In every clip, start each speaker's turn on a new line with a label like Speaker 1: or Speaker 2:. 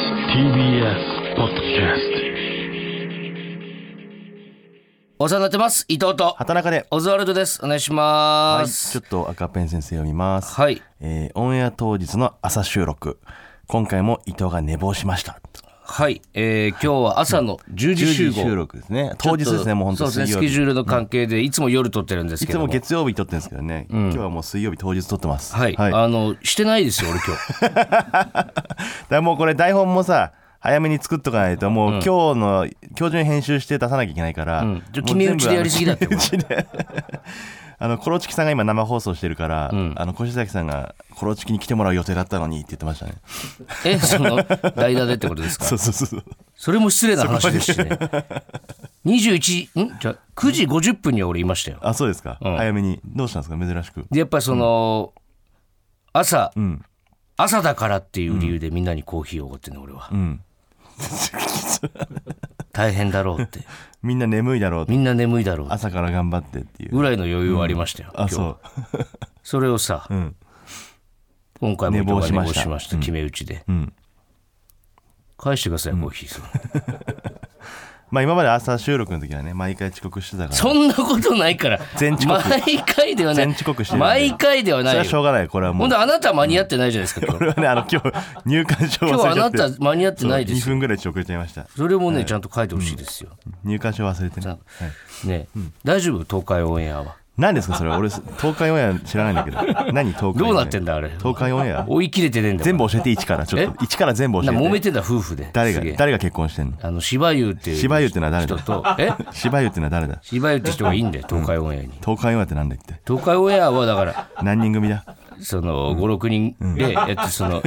Speaker 1: TBS ポッドキャス
Speaker 2: お世話になってます。伊藤と、
Speaker 3: 畑中で。
Speaker 2: オズワルドです。お願いし
Speaker 3: は
Speaker 2: ま
Speaker 3: い。
Speaker 2: す。
Speaker 3: ちょっと赤ペン先生読みます。
Speaker 2: はい。
Speaker 3: えーオンエア当日の朝収録。今回も伊藤が寝坊しました。
Speaker 2: はい、えー今日は朝の10時集
Speaker 3: 10時
Speaker 2: 合。
Speaker 3: 収録ですね。当日ですね、もう本当
Speaker 2: そうですね、
Speaker 3: 水
Speaker 2: ス
Speaker 3: 曜日
Speaker 2: ケジュールの関係で、いつも夜撮ってるんです
Speaker 3: い
Speaker 2: け
Speaker 3: つ
Speaker 2: ど
Speaker 3: も
Speaker 2: も。
Speaker 3: 月曜日撮ってるんですけどね、今日はもう水曜日当日撮ってます。
Speaker 2: はい、
Speaker 3: はい、だか
Speaker 2: あの、してないですよ、俺今日。
Speaker 3: らもうこれ台本もさ、早めに作っとかないと、もう今日の、今日中に編集して出さなきゃいけないから。
Speaker 2: んちょ決め打ちでやりすぎだって
Speaker 3: もう全部あの決め打 ちであの、コロチキさんが今生放送してるから、あの、越崎さんが、コロチキに来てもらう予定だったのにって言ってましたね。
Speaker 2: え、その、代打でってことですか
Speaker 3: そうそうそうそう。
Speaker 2: それも失礼な話ですし ね。21、んじゃあ9時50分には俺いましたよ。
Speaker 3: あ、そうですか。早めに。どうしたんですか珍しく。
Speaker 2: で、やっぱりその、朝、
Speaker 3: ん
Speaker 2: 朝だからっていう理由でみんなにコーヒーをおごってね、俺は。
Speaker 3: ん
Speaker 2: 大変だろうって。
Speaker 3: みんな眠いだろうと
Speaker 2: みんな眠いだろうって
Speaker 3: 朝から頑張ってっていう。
Speaker 2: ぐらいの余裕はありましたよ。今
Speaker 3: あ、
Speaker 2: 日
Speaker 3: そう。
Speaker 2: それをさ、
Speaker 3: ん
Speaker 2: 今回も伊藤が
Speaker 3: 寝坊し
Speaker 2: 寝
Speaker 3: ま
Speaker 2: 坊
Speaker 3: した
Speaker 2: しました決め打ちで、
Speaker 3: ん
Speaker 2: 返してください、コーヒーそれ
Speaker 3: まあ今まで朝収録の時はね、毎回遅刻してたから。
Speaker 2: そんなことないから
Speaker 3: 全遅刻
Speaker 2: 毎回ではない
Speaker 3: 全遅刻してるんで
Speaker 2: 毎回では
Speaker 3: そ
Speaker 2: な
Speaker 3: れはいしょ
Speaker 2: よ
Speaker 3: うがない。これはも
Speaker 2: ほ。
Speaker 3: うん
Speaker 2: であなた間に合ってないじゃないですか今日
Speaker 3: これはね、あの、今日、入館証
Speaker 2: 今日
Speaker 3: 忘
Speaker 2: あ
Speaker 3: れちゃ
Speaker 2: な
Speaker 3: って。
Speaker 2: た間に合ってないで
Speaker 3: 2
Speaker 2: すよ
Speaker 3: 分ぐらい遅れちゃいました。
Speaker 2: それもねちゃんと書いてほしいですよ、
Speaker 3: 入館証忘れてね。はい
Speaker 2: ね、大丈夫東海オンエアは
Speaker 3: 何ですかそれ俺東海オンエア知らないん だけど何東海オンエア
Speaker 2: どうなってんだあれ
Speaker 3: 東海オンエア
Speaker 2: 追い切れてねえんだ
Speaker 3: 全部教えて一からちょっと一から全部教
Speaker 2: な
Speaker 3: え
Speaker 2: 揉め
Speaker 3: て
Speaker 2: てんだ夫婦で
Speaker 3: 誰
Speaker 2: すげえ
Speaker 3: が誰が結婚してんの
Speaker 2: あの芝生っていう
Speaker 3: 芝居ってのは誰
Speaker 2: 人
Speaker 3: だ
Speaker 2: とえ
Speaker 3: 芝居ってのは誰だ
Speaker 2: 芝生って人がいいんだよ東海オンエアに、
Speaker 3: 東海オンエアって何だっけ
Speaker 2: 東海オンエアはだから
Speaker 3: 何人組だ
Speaker 2: その56人でやってその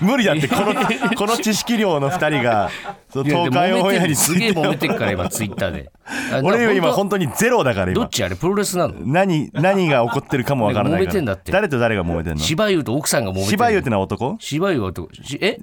Speaker 3: 無理だってこ のこの知識量の2人がその東海オンエアにつ
Speaker 2: す
Speaker 3: い
Speaker 2: げえ
Speaker 3: て
Speaker 2: 揉めてっから今ツイッターであ
Speaker 3: 俺
Speaker 2: な
Speaker 3: は今
Speaker 2: 本
Speaker 3: 本当にゼロだから
Speaker 2: 当どっ
Speaker 3: 今
Speaker 2: ちあれプロレスなの
Speaker 3: 何何が起こってるかもわからない
Speaker 2: 揉め
Speaker 3: か
Speaker 2: てんだ
Speaker 3: ら
Speaker 2: って
Speaker 3: 誰と誰が揉めてんの
Speaker 2: 芝生と奥さんが揉めて
Speaker 3: 芝居って
Speaker 2: な
Speaker 3: のは男
Speaker 2: 芝生はとしえ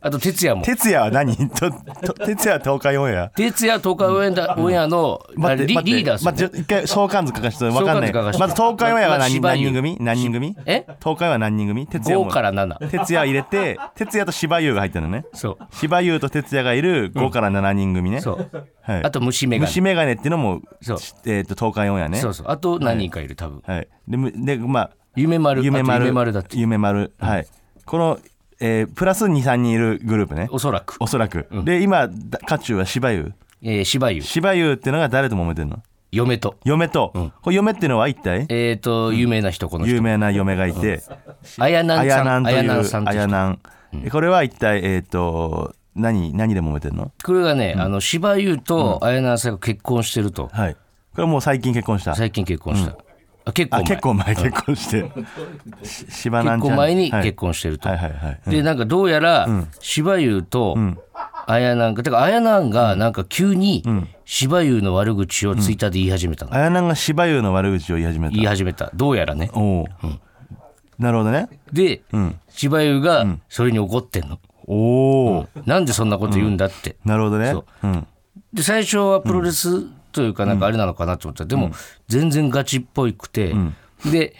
Speaker 2: あと哲也も
Speaker 3: 哲也は何とと哲也は東海オンエア
Speaker 2: 哲也東海オンエアオンエアのあ
Speaker 3: 待
Speaker 2: リ
Speaker 3: って待って
Speaker 2: リーダーっすよね
Speaker 3: 待って一回相関図書かせてわかんない
Speaker 2: 相関図書かせて
Speaker 3: まず東海オンエアは何人
Speaker 2: まず芝居
Speaker 3: 何人組何人組
Speaker 2: え
Speaker 3: 東海は何人組哲也も
Speaker 2: 5から7
Speaker 3: 哲也入れて哲也と芝優が入ってるのね
Speaker 2: そう
Speaker 3: 芝優と哲也がいる5から7人組ね、
Speaker 2: そう
Speaker 3: はい、
Speaker 2: あと虫眼
Speaker 3: 虫
Speaker 2: 鏡
Speaker 3: 眼鏡っていうのも、
Speaker 2: そう
Speaker 3: えー、と東海オンエアね
Speaker 2: そうそうあと何人かいる多分
Speaker 3: はい、でむでまあ
Speaker 2: 夢丸
Speaker 3: 夢
Speaker 2: あと
Speaker 3: 丸
Speaker 2: 夢丸だって
Speaker 3: 夢丸はいこの、えープラス23人いるグループね
Speaker 2: おそらく
Speaker 3: おそらく、で今だ渦中は芝優
Speaker 2: えー芝生
Speaker 3: 芝優っていうのが誰と揉めてるの
Speaker 2: 嫁と
Speaker 3: 嫁と、これ嫁っていうのは一体
Speaker 2: えっと有名な人この
Speaker 3: 有
Speaker 2: 人
Speaker 3: 名な嫁がいて、
Speaker 2: あやな
Speaker 3: あ
Speaker 2: ん
Speaker 3: や
Speaker 2: さ
Speaker 3: なん
Speaker 2: ん
Speaker 3: と
Speaker 2: あ
Speaker 3: い
Speaker 2: やなん
Speaker 3: う
Speaker 2: さんっ
Speaker 3: あ
Speaker 2: て人
Speaker 3: やなん、これは一体えっ、と何何で揉めてるの
Speaker 2: これがね、あの柴優と綾菜さんが結婚してると、
Speaker 3: はいこれはもう最近結婚した
Speaker 2: 最近結婚した、あ結
Speaker 3: あ
Speaker 2: 構前
Speaker 3: 結構前結婚してし芝なん
Speaker 2: 結
Speaker 3: ちゃ
Speaker 2: 構
Speaker 3: ん
Speaker 2: 前に
Speaker 3: はい
Speaker 2: 結婚してると、
Speaker 3: はいはいはい
Speaker 2: でなんかどうやら柴優と綾菜がてか綾菜がなんか急に柴優の悪口をツイッターで言い始めたの、
Speaker 3: あやなんが芝優の悪口を言い始めた
Speaker 2: 言い始めたどうやらね
Speaker 3: おおう、なるほどね
Speaker 2: で柴優がそれに怒ってんの、
Speaker 3: おお、
Speaker 2: なんでそんなこと言うんだって、
Speaker 3: なるほどね、
Speaker 2: そう
Speaker 3: ん、
Speaker 2: で最初はプロレスというかなんかあれなのかなと思ったら、でも全然ガチっぽいくて、で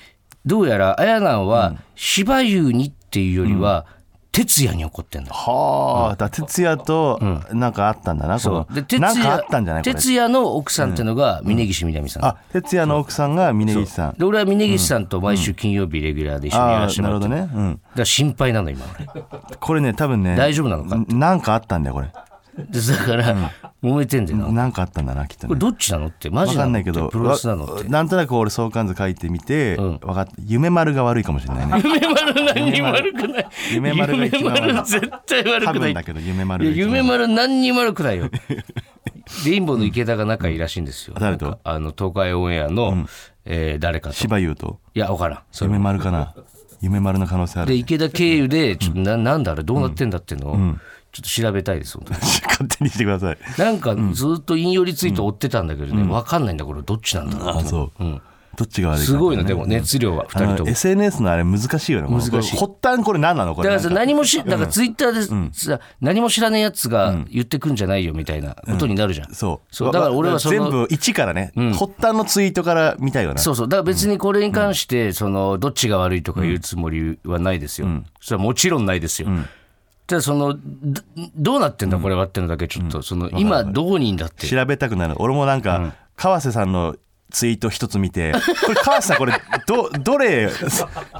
Speaker 2: どうやらあやなんは芝生にっていうよりは哲也に怒ってんだ、
Speaker 3: はあ、だ哲也となんかあったんだな、この
Speaker 2: で
Speaker 3: なんかあったんじゃないこれ
Speaker 2: 哲也の奥さんっていうのが峯岸みなみさん、
Speaker 3: あ哲也の奥さんが峯岸さん
Speaker 2: で俺は峯岸さんと毎週金曜日レギュラーで一緒にや
Speaker 3: あ
Speaker 2: らせ
Speaker 3: あ
Speaker 2: ても
Speaker 3: なるほ
Speaker 2: らって
Speaker 3: ど
Speaker 2: る、
Speaker 3: ね、うん、
Speaker 2: だから心配なの今俺
Speaker 3: これね多分ね
Speaker 2: 大丈夫なのか
Speaker 3: んなんかあったんだよこれ
Speaker 2: で だから、揉めてんだよな、こ
Speaker 3: なんかあったんだなきっと
Speaker 2: れ
Speaker 3: ね
Speaker 2: どっちなのってマ
Speaker 3: わ
Speaker 2: ジ
Speaker 3: か
Speaker 2: なん
Speaker 3: な
Speaker 2: の
Speaker 3: い
Speaker 2: って
Speaker 3: けど
Speaker 2: プロレスなのって
Speaker 3: わなんとなく俺相関図書いてみて、わかった夢丸が悪いかもしれないね
Speaker 2: 夢丸何にも悪くない
Speaker 3: 夢丸が一番悪い
Speaker 2: 夢丸絶対悪
Speaker 3: 多
Speaker 2: くな
Speaker 3: 分
Speaker 2: い
Speaker 3: だけど夢丸が
Speaker 2: いや
Speaker 3: 一番
Speaker 2: 夢丸何にも悪くないよレインボーの池田が仲いいらしいんですよ、
Speaker 3: 誰と
Speaker 2: なんかあの東海オンエアの、えー誰かとい
Speaker 3: 芝優と
Speaker 2: や分からんそれ
Speaker 3: 夢丸かな夢丸の可能性あ
Speaker 2: で
Speaker 3: る
Speaker 2: 池田経由でちょっとな,、ん、なんだあれどうなってんだっていうのを、ちょっと調べたいです本 当に
Speaker 3: 勝手にしてください
Speaker 2: なんかずっと引用リツイート追ってたんだけどね、分かんないんだこれどっちなんだろう
Speaker 3: あそう、どっちが悪いか、
Speaker 2: すごいのでも熱量は
Speaker 3: あ
Speaker 2: 2人と
Speaker 3: の
Speaker 2: も
Speaker 3: SNS のあれ難しいよね難
Speaker 2: しい
Speaker 3: 発端これ何なのこ
Speaker 2: だか
Speaker 3: れ
Speaker 2: らさ何もしだからツイッターでさ、何も知らないやつが言ってくんじゃないよみたいなことになるじゃん、
Speaker 3: そう
Speaker 2: そうだから俺はその
Speaker 3: 全部一からね、発端のツイートから見たいよな
Speaker 2: そうそうだから別にこれに関して、そのどっちが悪いとか言うつもりはないですよ、それはもちろんないですよ、ただそのどどうなってんだこれはっていうのだけちょっと、その今どこにいんだって
Speaker 3: 調べたくなる俺もなんか、川瀬さんのツイート一つ見てこれ川瀬さんこれどどれ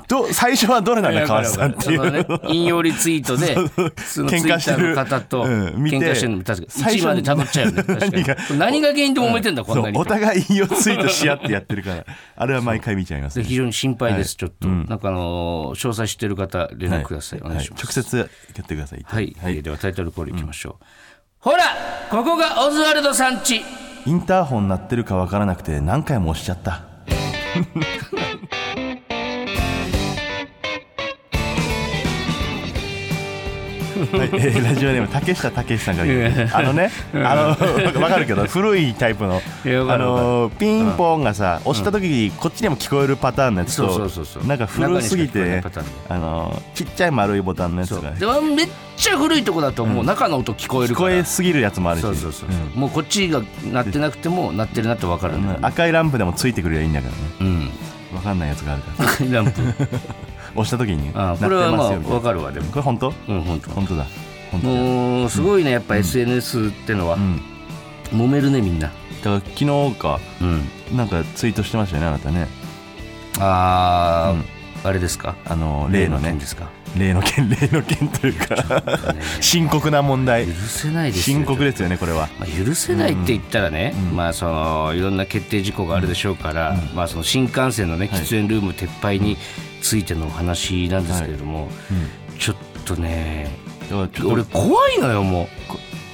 Speaker 3: ど最初はどれなんだ川瀬さんっていう
Speaker 2: そのね、引用リツイー トで、そのツイ
Speaker 3: 喧嘩
Speaker 2: ッ
Speaker 3: し
Speaker 2: タ
Speaker 3: て
Speaker 2: ー
Speaker 3: る
Speaker 2: の方と、
Speaker 3: うん見て
Speaker 2: 喧嘩してるの、確かに。
Speaker 3: 最
Speaker 2: 一
Speaker 3: 初
Speaker 2: 番でたまっちゃうよね。確かに。
Speaker 3: 何が
Speaker 2: これ何が原因で揉めてんだ、こん
Speaker 3: そ
Speaker 2: な
Speaker 3: う
Speaker 2: に。
Speaker 3: お互い引用ツイートし合ってやってるからあれは毎回見ちゃいます、
Speaker 2: で
Speaker 3: ね
Speaker 2: 非常に心配です、ちょっと。なんかあのー、詳細知ってる方、連絡ください。お
Speaker 3: はい、
Speaker 2: 願い
Speaker 3: 直
Speaker 2: します。
Speaker 3: 接やってください
Speaker 2: はい。えーではタイトルコールいきましょう。ほらここがオズワルドさんち
Speaker 3: インターホン鳴ってるか分からなくて何回も押しちゃったはいえーラジオネーム竹下武さんから言うあのね、あの分かるけど古いタイプの
Speaker 2: いやわか
Speaker 3: あ
Speaker 2: るわかる
Speaker 3: のピンポンがさ、押した時にこっちでも聞こえるパターンのやつと、
Speaker 2: そうそうそうそう
Speaker 3: なんか古すぎて
Speaker 2: 中
Speaker 3: ね
Speaker 2: にしか聞こえないパターンね
Speaker 3: あのちっちゃい丸いボタンのやつ
Speaker 2: そう
Speaker 3: がね
Speaker 2: でもめっちゃ古いとこだともう中の音聞こえる
Speaker 3: 聞
Speaker 2: か
Speaker 3: こえ
Speaker 2: ら
Speaker 3: すぎるやつもあるし
Speaker 2: そうそうそう
Speaker 3: うん
Speaker 2: もうこっちが鳴ってなくても鳴ってるなって分かるんだよね
Speaker 3: 赤いランプでもついてくるやいいんだからね
Speaker 2: うん
Speaker 3: 分かんないやつがあるから
Speaker 2: ランプ
Speaker 3: 押した時に鳴
Speaker 2: あ
Speaker 3: って
Speaker 2: これはま
Speaker 3: ます
Speaker 2: あ
Speaker 3: よみたい
Speaker 2: 分
Speaker 3: な
Speaker 2: かるわでも
Speaker 3: これ本当
Speaker 2: うん本当
Speaker 3: 本当だ本当だ
Speaker 2: もうすごいねやっぱ SNS ってのは、
Speaker 3: うん
Speaker 2: 揉めるねみんな、
Speaker 3: だから昨日か
Speaker 2: うん、
Speaker 3: なんかツイートしてましたよねあなたね
Speaker 2: ああ、あれですか
Speaker 3: あの例の
Speaker 2: 例
Speaker 3: ね
Speaker 2: 件ですか
Speaker 3: 例の件例 の件というか深刻な問題
Speaker 2: 許せないですよ
Speaker 3: 深刻ですよねこれは
Speaker 2: まあ、許せないって言ったらね、まあ、そのいろんな決定事項があるでしょうから、まあ、その新幹線の、ね、喫煙ルーム撤廃についてのお話なんですけれども、ちょっとね
Speaker 3: だからちょっと
Speaker 2: 俺怖いのよも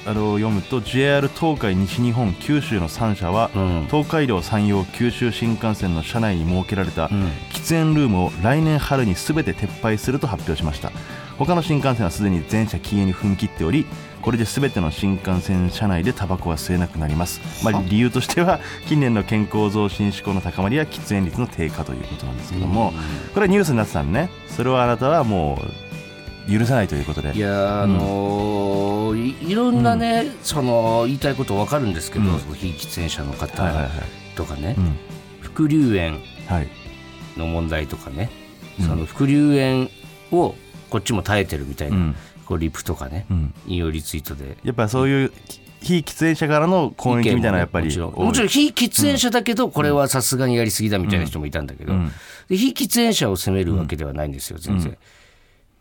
Speaker 3: あの読むと JR 東海西日本九州の3社は、
Speaker 2: うん
Speaker 3: 東海道山陽九州新幹線の車内に設けられた
Speaker 2: ん
Speaker 3: 喫煙ルームを来年春に全て撤廃すると発表しました他の新幹線はすでに全車禁煙に踏み切っておりこれで全ての新幹線車内でタバコは吸えなくなります、まあ、理由としては近年の健康増進志向の高まりや喫煙率の低下ということなんですけども、これはニュースになってたのねそれをあなたはもう許さないということで
Speaker 2: ういやーあのーいいろんなね、その言いたいことわかるんですけど、
Speaker 3: うん
Speaker 2: その非喫煙者の方
Speaker 3: はいはいはい
Speaker 2: とかね、
Speaker 3: うん
Speaker 2: 副流煙
Speaker 3: はい
Speaker 2: の問題とかね、
Speaker 3: うん
Speaker 2: その副流煙をこっちも耐えてるみたいうな、
Speaker 3: ん
Speaker 2: こうリプとかね、
Speaker 3: うん
Speaker 2: 引用リツイートで
Speaker 3: やっぱそういう非喫煙者からの攻撃みたいなのはやっぱり
Speaker 2: 意見もねもち
Speaker 3: 多
Speaker 2: ろん
Speaker 3: い
Speaker 2: もちろん非喫煙者だけどこれはさすがにやりすぎだみたいな人もいたんだけど、
Speaker 3: うん
Speaker 2: で非喫煙者を責めるわけではないんですよ全然。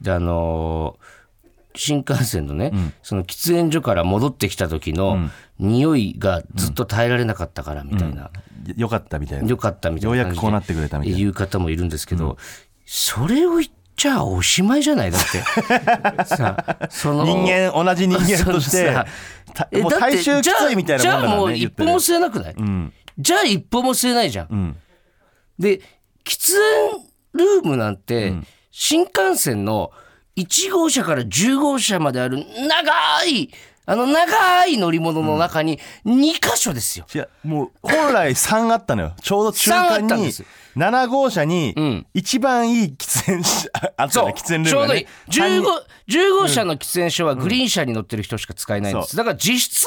Speaker 2: であのー新幹線のね、その喫煙所から戻ってきた時の匂いがずっと耐えられなかったからみたいな、
Speaker 3: よかったみたいな
Speaker 2: よかったみたい
Speaker 3: よう
Speaker 2: な
Speaker 3: や
Speaker 2: 感じ
Speaker 3: く
Speaker 2: で
Speaker 3: こうなってくれたみたいな
Speaker 2: 言う方もいるんですけど、それを言っちゃおしまいじゃない だって。さあその
Speaker 3: 人間同じ人間とし
Speaker 2: そう
Speaker 3: て
Speaker 2: さ
Speaker 3: た
Speaker 2: え
Speaker 3: もう
Speaker 2: だって
Speaker 3: 大衆きついみたいなもんだ
Speaker 2: じゃあじゃあ
Speaker 3: か
Speaker 2: も
Speaker 3: ら
Speaker 2: う
Speaker 3: ね
Speaker 2: 一
Speaker 3: 言って
Speaker 2: 歩
Speaker 3: る
Speaker 2: も吸えなくない、じゃあ一歩も吸えないじゃん、
Speaker 3: ん
Speaker 2: で喫煙ルームなんて、新幹線の1号車から10号車まである長いあの長い乗り物の中に2箇所ですよ、
Speaker 3: いやもう本来3あったのよちょうど中
Speaker 2: 3あった
Speaker 3: 間
Speaker 2: んで
Speaker 3: に
Speaker 2: す
Speaker 3: 7号車に
Speaker 2: ん
Speaker 3: 一番いい喫煙所あった
Speaker 2: そう
Speaker 3: ね喫煙ル
Speaker 2: ち
Speaker 3: ー
Speaker 2: ょ
Speaker 3: ムが
Speaker 2: うど
Speaker 3: ね
Speaker 2: いい 15, 15車の喫煙所はグリーン車に乗ってる人しか使えないんです、
Speaker 3: そ
Speaker 2: だから実質、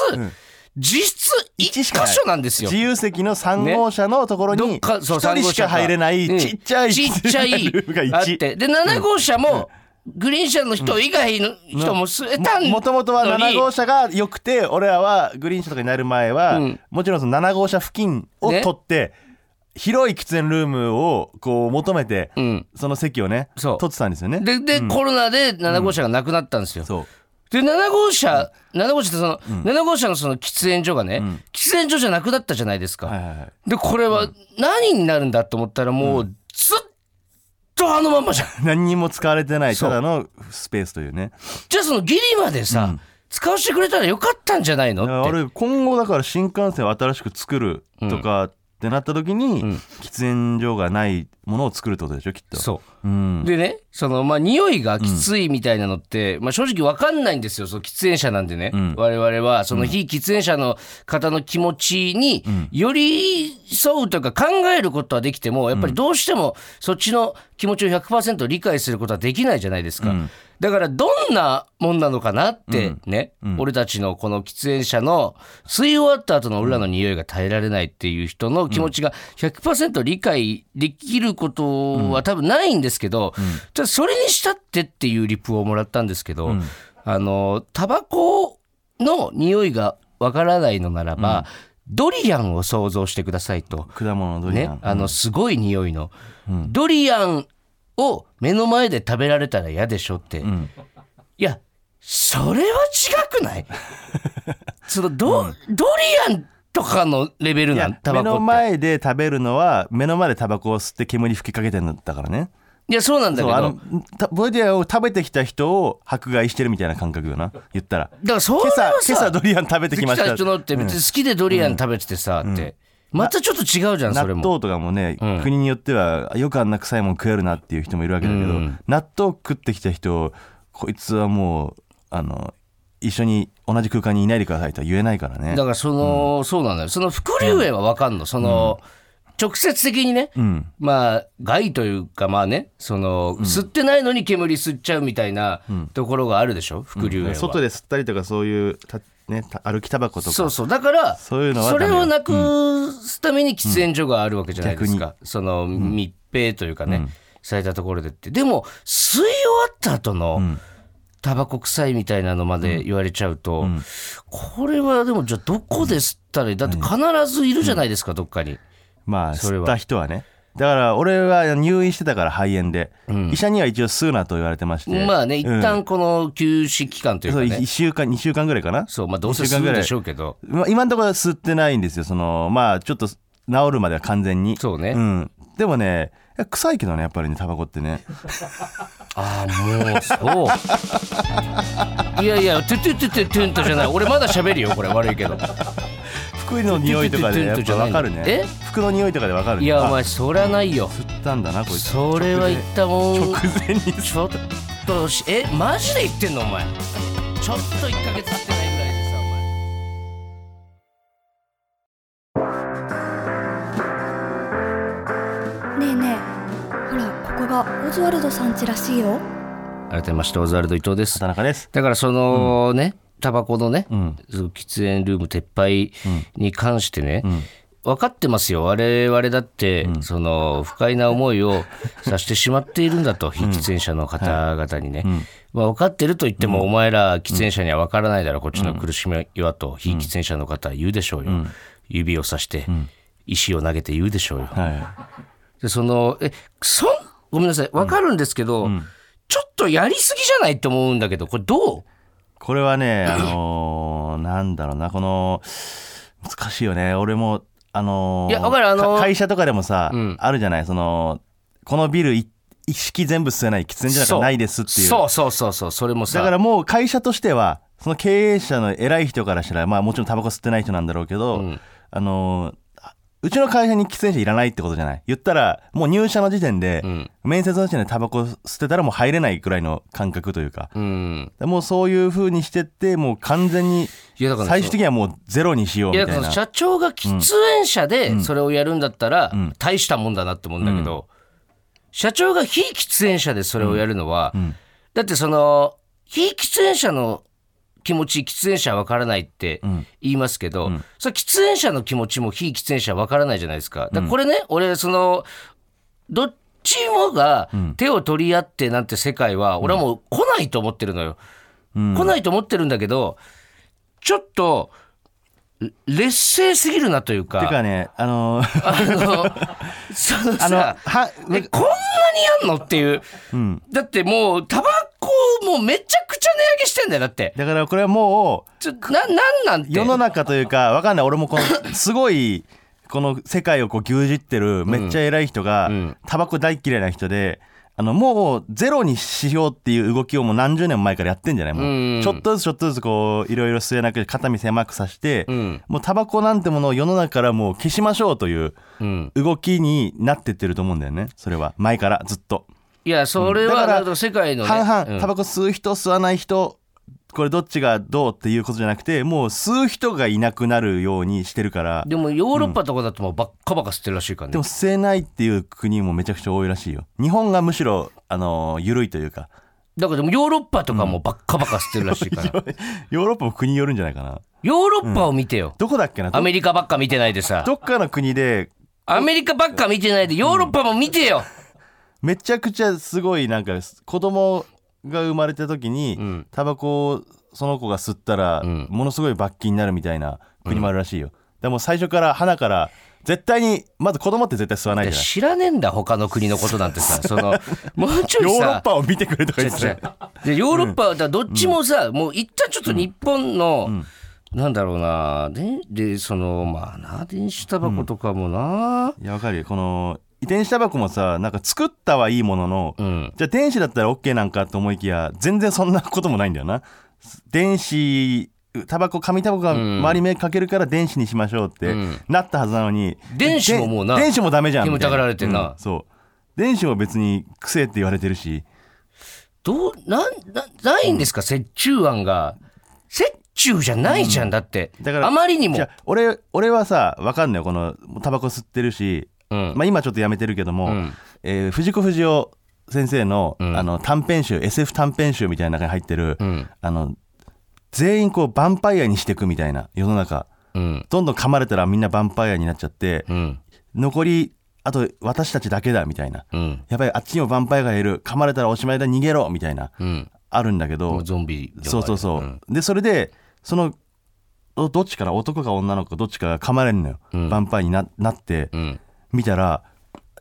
Speaker 2: 実質1
Speaker 3: 一しか
Speaker 2: 箇所なんですよ
Speaker 3: 自由席の3号車のところ
Speaker 2: ど
Speaker 3: に
Speaker 2: っか、
Speaker 3: 1
Speaker 2: そう、3
Speaker 3: 人
Speaker 2: 号
Speaker 3: し
Speaker 2: 車
Speaker 3: か入れない
Speaker 2: うん
Speaker 3: ちっちゃい
Speaker 2: ちっち ゃい
Speaker 3: ルームが
Speaker 2: あっ
Speaker 3: 1
Speaker 2: て。で、7号車も、グリーン車の人以外の人も吸えたん
Speaker 3: もともとは
Speaker 2: のに
Speaker 3: 7号車が良くて俺らはグリーン車とかになる前は、
Speaker 2: うん
Speaker 3: もちろんその7号車付近を取って、広い喫煙ルームをこう求めて、
Speaker 2: ん
Speaker 3: その席をね
Speaker 2: そう
Speaker 3: 取ってたんですよね
Speaker 2: で、で、コロナで7号車がなくなったんですよ。
Speaker 3: そう
Speaker 2: で、7号車、7号車ってその、7号車のその喫煙所がね、喫煙所じゃなくなったじゃないですか。
Speaker 3: はいはいはい
Speaker 2: で、これは何になるんだと思ったら、もう、ずっとあのまんまじゃん。
Speaker 3: 何にも使われてない
Speaker 2: そう
Speaker 3: ただのスペースというね
Speaker 2: じゃあそのギリまでさ、使わせてくれたらよかったんじゃないの
Speaker 3: だから
Speaker 2: って。
Speaker 3: 俺今後だから新幹線を新しく作るとかってなった時に、喫煙所がないものを作るってことでしょきっと、
Speaker 2: そう
Speaker 3: ん
Speaker 2: う、でねそのまあ匂いがきついみたいなのって、まあ、正直わかんないんですよその喫煙者なんでね、我々はその非喫煙者の方の気持ちに寄り添うというか考えることはできてもやっぱりどうしてもそっちの気持ちを100%理解することはできないじゃないですか。だからどんなもんなのかなってね、俺たちのこの喫煙者の吸い終わった後の俺らの匂いが耐えられないっていう人の気持ちが100%理解できることは多分ないんですけど、じゃあそれにしたってっていうリプをもらったんですけど、あのタバコの匂いがわからないのならば、ドリアンを想像してくださいと。
Speaker 3: 果物のドリアン、
Speaker 2: ね、あのすごい匂いの、ドリアンを目の前で食べられたら嫌でしょって、
Speaker 3: ん
Speaker 2: いやそれは違 くないそのド,、ドリアンとかのレベル
Speaker 3: い
Speaker 2: な
Speaker 3: や
Speaker 2: んタ
Speaker 3: 目
Speaker 2: バコ
Speaker 3: の
Speaker 2: って
Speaker 3: 前で食べるのは目の前でタバコを吸って煙吹きかけてるんだからね
Speaker 2: いやそうなんだけ
Speaker 3: そう
Speaker 2: ど
Speaker 3: あ
Speaker 2: だ
Speaker 3: の
Speaker 2: か
Speaker 3: たボディアを食べてきた人を迫害してるみたいな感覚よな言ったら
Speaker 2: らそれ
Speaker 3: 今
Speaker 2: はさ
Speaker 3: 朝今朝ドリアン食べてきまし
Speaker 2: 来
Speaker 3: た
Speaker 2: た人のって別に好きでドリアン食べててさって、またちょっと違うじゃ
Speaker 3: 納
Speaker 2: んそ
Speaker 3: 豆
Speaker 2: れも
Speaker 3: とかもね、
Speaker 2: ん
Speaker 3: 国によってはよくあんな臭いもん食えるなっていう人もいるわけだけど、
Speaker 2: うん
Speaker 3: 納豆食ってきた人をこいつはもうあの一緒に同じ空間にいないでくださいとは言えないからね
Speaker 2: だからその、そうなのよその副流炎は分かんのその、直接的にね、
Speaker 3: うん
Speaker 2: まあ害というかまあねその、吸ってないのに煙吸っちゃうみたいなところがあるでしょ伏流炎は、
Speaker 3: 外で吸ったりとかそういうた、ね、た歩きタバコとか
Speaker 2: そうそうだから
Speaker 3: そういうのは
Speaker 2: そ
Speaker 3: ダメ
Speaker 2: れ
Speaker 3: よ
Speaker 2: をなくすために喫煙所があるわけじゃないです
Speaker 3: うん
Speaker 2: か、その密閉というかね、されたところでってでも吸い終わった後の、タバコ臭いみたいなのまで言われちゃうと、これはでもじゃあどこで吸ったらいいだって必ずいるじゃないですか、どっかに。
Speaker 3: まあ
Speaker 2: それ
Speaker 3: 吸
Speaker 2: は
Speaker 3: った人はねだから俺は入院してたから肺炎で、医者には一応吸うなと言われてまして
Speaker 2: まあね一
Speaker 3: うん
Speaker 2: 旦この休止期間というか
Speaker 3: そう
Speaker 2: ね、
Speaker 3: 1週間2週間ぐらいかな
Speaker 2: そうまあどうせ
Speaker 3: 一週間
Speaker 2: 吸
Speaker 3: ぐ
Speaker 2: う
Speaker 3: らい
Speaker 2: でしょうけど
Speaker 3: まあ今のところは吸ってないんですよそのまあちょっと治るまでは完全に
Speaker 2: そうね、
Speaker 3: うん、でもねいや臭いけどねやっぱりねタバコって ね
Speaker 2: ああもうそう いやいやトゥトゥトゥトゥトゥンとじゃない俺まだ喋るよこれ悪い けど
Speaker 3: 服の匂いとかでやっぱ分かるね
Speaker 2: え
Speaker 3: 服の匂いとかで分かるね
Speaker 2: いやお
Speaker 3: あ
Speaker 2: 前そりゃないよ
Speaker 3: 吸ったんだなこいつ
Speaker 2: それは言ったもん
Speaker 3: 直前に
Speaker 2: ちょっとしえマジで言ってんのお前ちょっと1ヶ月経ってないぐらいでさお前
Speaker 4: ねえねえほらここがオズワルドさん家らしいよ
Speaker 2: 改めましてオズワルド伊藤です
Speaker 3: 田中です
Speaker 2: だからそのね、タバコのね、
Speaker 3: ん
Speaker 2: その喫煙ルーム撤廃に関してね、分かってますよ我々だって、その不快な思いをさせてしまっているんだと、非喫煙者の方々にね、まあ、分かってると言っても、お前ら喫煙者には分からないだろこっちの苦しみはと非喫煙者の方は言うでしょうよ、指をさして、石を投げて言うでしょうよ、
Speaker 3: は
Speaker 2: でそのえそんごめんなさい分かるんですけど、ちょっとやりすぎじゃないと思うんだけどこれどう
Speaker 3: いこれはねあのーなんだろうなこの難しいよね俺もあのー
Speaker 2: いやわかるあのー
Speaker 3: 会社とかでもさ、
Speaker 2: うん
Speaker 3: あるじゃないそのこのビルい一式全部吸えない喫煙所なんかないですっていう
Speaker 2: そうそうそうそうそれもさ
Speaker 3: だからもう会社としてはその経営者の偉い人からしたら、まあ、もちろんタバコ吸ってない人なんだろうけど、
Speaker 2: ん
Speaker 3: あのーうちの会社に喫煙者いらないってことじゃない言ったらもう入社の時点で、
Speaker 2: ん
Speaker 3: 面接の時点でタバコ吸ってたらもう入れないぐらいの感覚というか
Speaker 2: うん
Speaker 3: もうそういう風にしてってもう完全に
Speaker 2: いやだから
Speaker 3: 最終的にはもうゼロにしよう
Speaker 2: い
Speaker 3: み
Speaker 2: や
Speaker 3: たい
Speaker 2: そ
Speaker 3: な
Speaker 2: の社長が喫煙者でそれをやるんだったら大したもんだなって思うんだけど、社長が非喫煙者でそれをやるのは、
Speaker 3: ん
Speaker 2: だってその非喫煙者の気持ち喫煙者は分からないって
Speaker 3: ん
Speaker 2: 言いますけど、それ喫煙者の気持ちも非喫煙者は分からないじゃないですか。だからこれね、俺そのどっちもが手を取り合ってなんて世界は俺はもう来ないと思ってるのよ。来ないと思ってるんだけどちょっと劣勢すぎるなというか
Speaker 3: てかねあのー
Speaker 2: あのその
Speaker 3: あの
Speaker 2: さ
Speaker 3: は
Speaker 2: えこんなにやんのっていう、だってもうタバコもうめちゃくちゃ値上げしてんだよだって
Speaker 3: だからこれはもう
Speaker 2: ちょななんなんて
Speaker 3: 世の中というかわかんない俺もこのすごいこの世界をこう牛耳ってるめっちゃ偉い人が
Speaker 2: ん
Speaker 3: タバコ大嫌いな人であのもうゼロにしようっていう動きをもう何十年も前からやってんじゃない
Speaker 2: うん
Speaker 3: もうちょっとずつちょっとずつこういろいろ吸えなくて肩身狭くさして、
Speaker 2: うん
Speaker 3: もうタバコなんてものを世の中からもう消しましょうという
Speaker 2: うん、
Speaker 3: 動きになってってると思うんだよねそれは前からずっと。
Speaker 2: いやそれ
Speaker 3: だ
Speaker 2: は
Speaker 3: から
Speaker 2: だけど世界の、ね、
Speaker 3: 半
Speaker 2: うん
Speaker 3: 々タバコ吸う人吸わない人これどっちがどうっていうことじゃなくてもう吸う人がいなくなるようにしてるから
Speaker 2: でもヨーロッパとかだともうバッカバカ吸ってるらしいからね
Speaker 3: でも吸えないっていう国もめちゃくちゃ多いらしいよ日本がむしろあの緩いというか
Speaker 2: だからでもヨーロッパとかもバッカバカ吸ってるらしいから、
Speaker 3: ヨーロッパも国によるんじゃないかな
Speaker 2: ヨーロッパを見てよ、
Speaker 3: どこだっけな
Speaker 2: ア
Speaker 3: ど
Speaker 2: メリカばっか見てないでさ
Speaker 3: どっかの国で
Speaker 2: アメリカばっか見てないでヨーロッパも見てよ、
Speaker 3: めちゃくちゃすごいなんか子供が生まれた時に、
Speaker 2: ん
Speaker 3: タバコをその子が吸ったら、
Speaker 2: ん
Speaker 3: ものすごい罰金になるみたいな国もあるらしいよ、でも最初から花から絶対にまず子供って絶対吸わない
Speaker 2: いや
Speaker 3: じゃない
Speaker 2: 知らねえんだ他の国のことなんてさ そのもうちょい
Speaker 3: ヨ
Speaker 2: さ
Speaker 3: ーロッパを見てくれとか言って
Speaker 2: 違う
Speaker 3: た
Speaker 2: 違うでヨーロッパはだからどっちもさ、もう一旦ちょっと日本の、なんだろうなででそのまあな電子タバコとかもな、
Speaker 3: いやわかるよこの遺伝子タバコもさなんか作ったはいいものの、
Speaker 2: ん
Speaker 3: じゃあ電子だったら OK なんかと思いきや全然そんなこともないんだよな電子タバコ紙タバコが周り目かけるから電子にしましょうってなったはずなのに、
Speaker 2: 電子ももうな
Speaker 3: で電子もダメじゃん
Speaker 2: 煙
Speaker 3: みい
Speaker 2: たがられてんな
Speaker 3: うんそう電子も別に癖って言われてるし
Speaker 2: どうなんなないんですか折衷案が折衷じゃないじゃん、だって
Speaker 3: だから
Speaker 2: あまりにも
Speaker 3: じゃあ俺俺はさわかんないよこのタバコ吸ってるし、
Speaker 2: うん
Speaker 3: まあ、今ちょっとやめてるけども、
Speaker 2: うん
Speaker 3: えー藤子不二雄先生の,、
Speaker 2: ん
Speaker 3: あの短編集 SF 短編集みたいな中に入ってる、
Speaker 2: うん
Speaker 3: あの全員こうヴァンパイアにしていくみたいな世の中
Speaker 2: うん
Speaker 3: どんどん噛まれたらみんなヴァンパイアになっちゃって、
Speaker 2: うん
Speaker 3: 残りあと私たちだけだみたいな、
Speaker 2: うん
Speaker 3: やばいあっちにもヴァンパイアがいる噛まれたらおしまいだ逃げろみたいな、
Speaker 2: うん
Speaker 3: あるんだけ
Speaker 2: も
Speaker 3: ど
Speaker 2: うゾンビで
Speaker 3: そうそうそう、
Speaker 2: ん
Speaker 3: でそれでそのどどっちから男か女の子かどっちかが噛まれるのよ、
Speaker 2: ん
Speaker 3: ヴァンパイアにななって、
Speaker 2: うん
Speaker 3: 見たら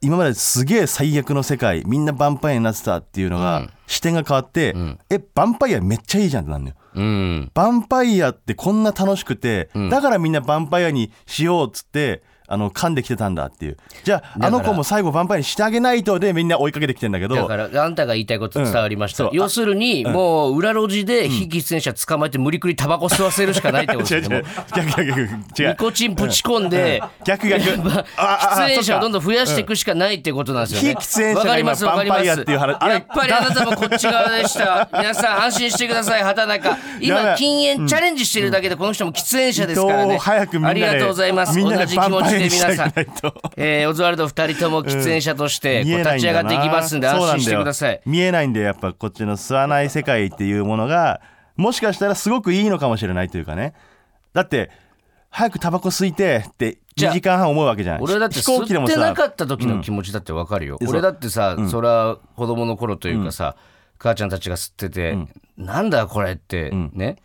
Speaker 3: 今まですげえ最悪の世界みんなヴァンパイアになってたっていうのが、
Speaker 2: うん
Speaker 3: 視点が変わって、
Speaker 2: ん
Speaker 3: えヴァンパイアめっちゃいいじゃんってなるのよ
Speaker 2: うん
Speaker 3: ヴァンパイアってこんな楽しくて、
Speaker 2: ん
Speaker 3: だからみんなヴァンパイアにしようっつってあの噛んできてたんだっていうじゃああの子も最後ヴァンパイアにしてあげないとでみんな追いかけてきてんだけど
Speaker 2: だからあんたが言いたいこと伝わりました、
Speaker 3: うんそう
Speaker 2: 要するにもう裏路地で非喫煙者捕まえて無理くりタバコ吸わせるし かないってこと
Speaker 3: 違う
Speaker 2: で
Speaker 3: 違う
Speaker 2: すねもう
Speaker 3: 逆逆逆違
Speaker 2: ニ
Speaker 3: う
Speaker 2: コチンぶち込んで、
Speaker 3: 逆逆
Speaker 2: まあ喫煙者をどんどん増やしていくしかないってことなんですよね。
Speaker 3: 非喫煙者が今
Speaker 2: わかります
Speaker 3: ヴァンパイアっていう話
Speaker 2: わかりますやっぱりあなたもこっち側でした。皆さん安心してください、畑中。
Speaker 3: やば
Speaker 2: 今、
Speaker 3: い
Speaker 2: 禁煙チャレンジしてるだけで、この人も喫煙者ですから
Speaker 3: 人
Speaker 2: ね。
Speaker 3: を早くみんな
Speaker 2: あり
Speaker 3: で
Speaker 2: がとうございます。
Speaker 3: みん
Speaker 2: 同
Speaker 3: なで
Speaker 2: じ気持ちで皆さ
Speaker 3: ヴァン
Speaker 2: ん
Speaker 3: パイアにしてあげないと。
Speaker 2: えーオズワルド二人とも喫煙者として、こ
Speaker 3: 見
Speaker 2: う
Speaker 3: えな
Speaker 2: 立
Speaker 3: いん
Speaker 2: ち上
Speaker 3: だ
Speaker 2: がっ
Speaker 3: な
Speaker 2: ていきますんで、
Speaker 3: そう
Speaker 2: 安
Speaker 3: なんだよ
Speaker 2: 心してください。
Speaker 3: 見えないんだよやっぱこっちの吸わない世界っていうものがもしかしたらすごくいいのかもしれないというかねだって早くタバコ吸いてって
Speaker 2: じゃあ
Speaker 3: 2時間半思うわけじゃない
Speaker 2: 俺はだって吸ってなかった時の
Speaker 3: うん
Speaker 2: 気持ちだってわかるよ、
Speaker 3: うん
Speaker 2: 俺だってさ、それは子供の頃というかさ、母ちゃんたちが吸ってて、なんだこれって
Speaker 3: ん
Speaker 2: ね、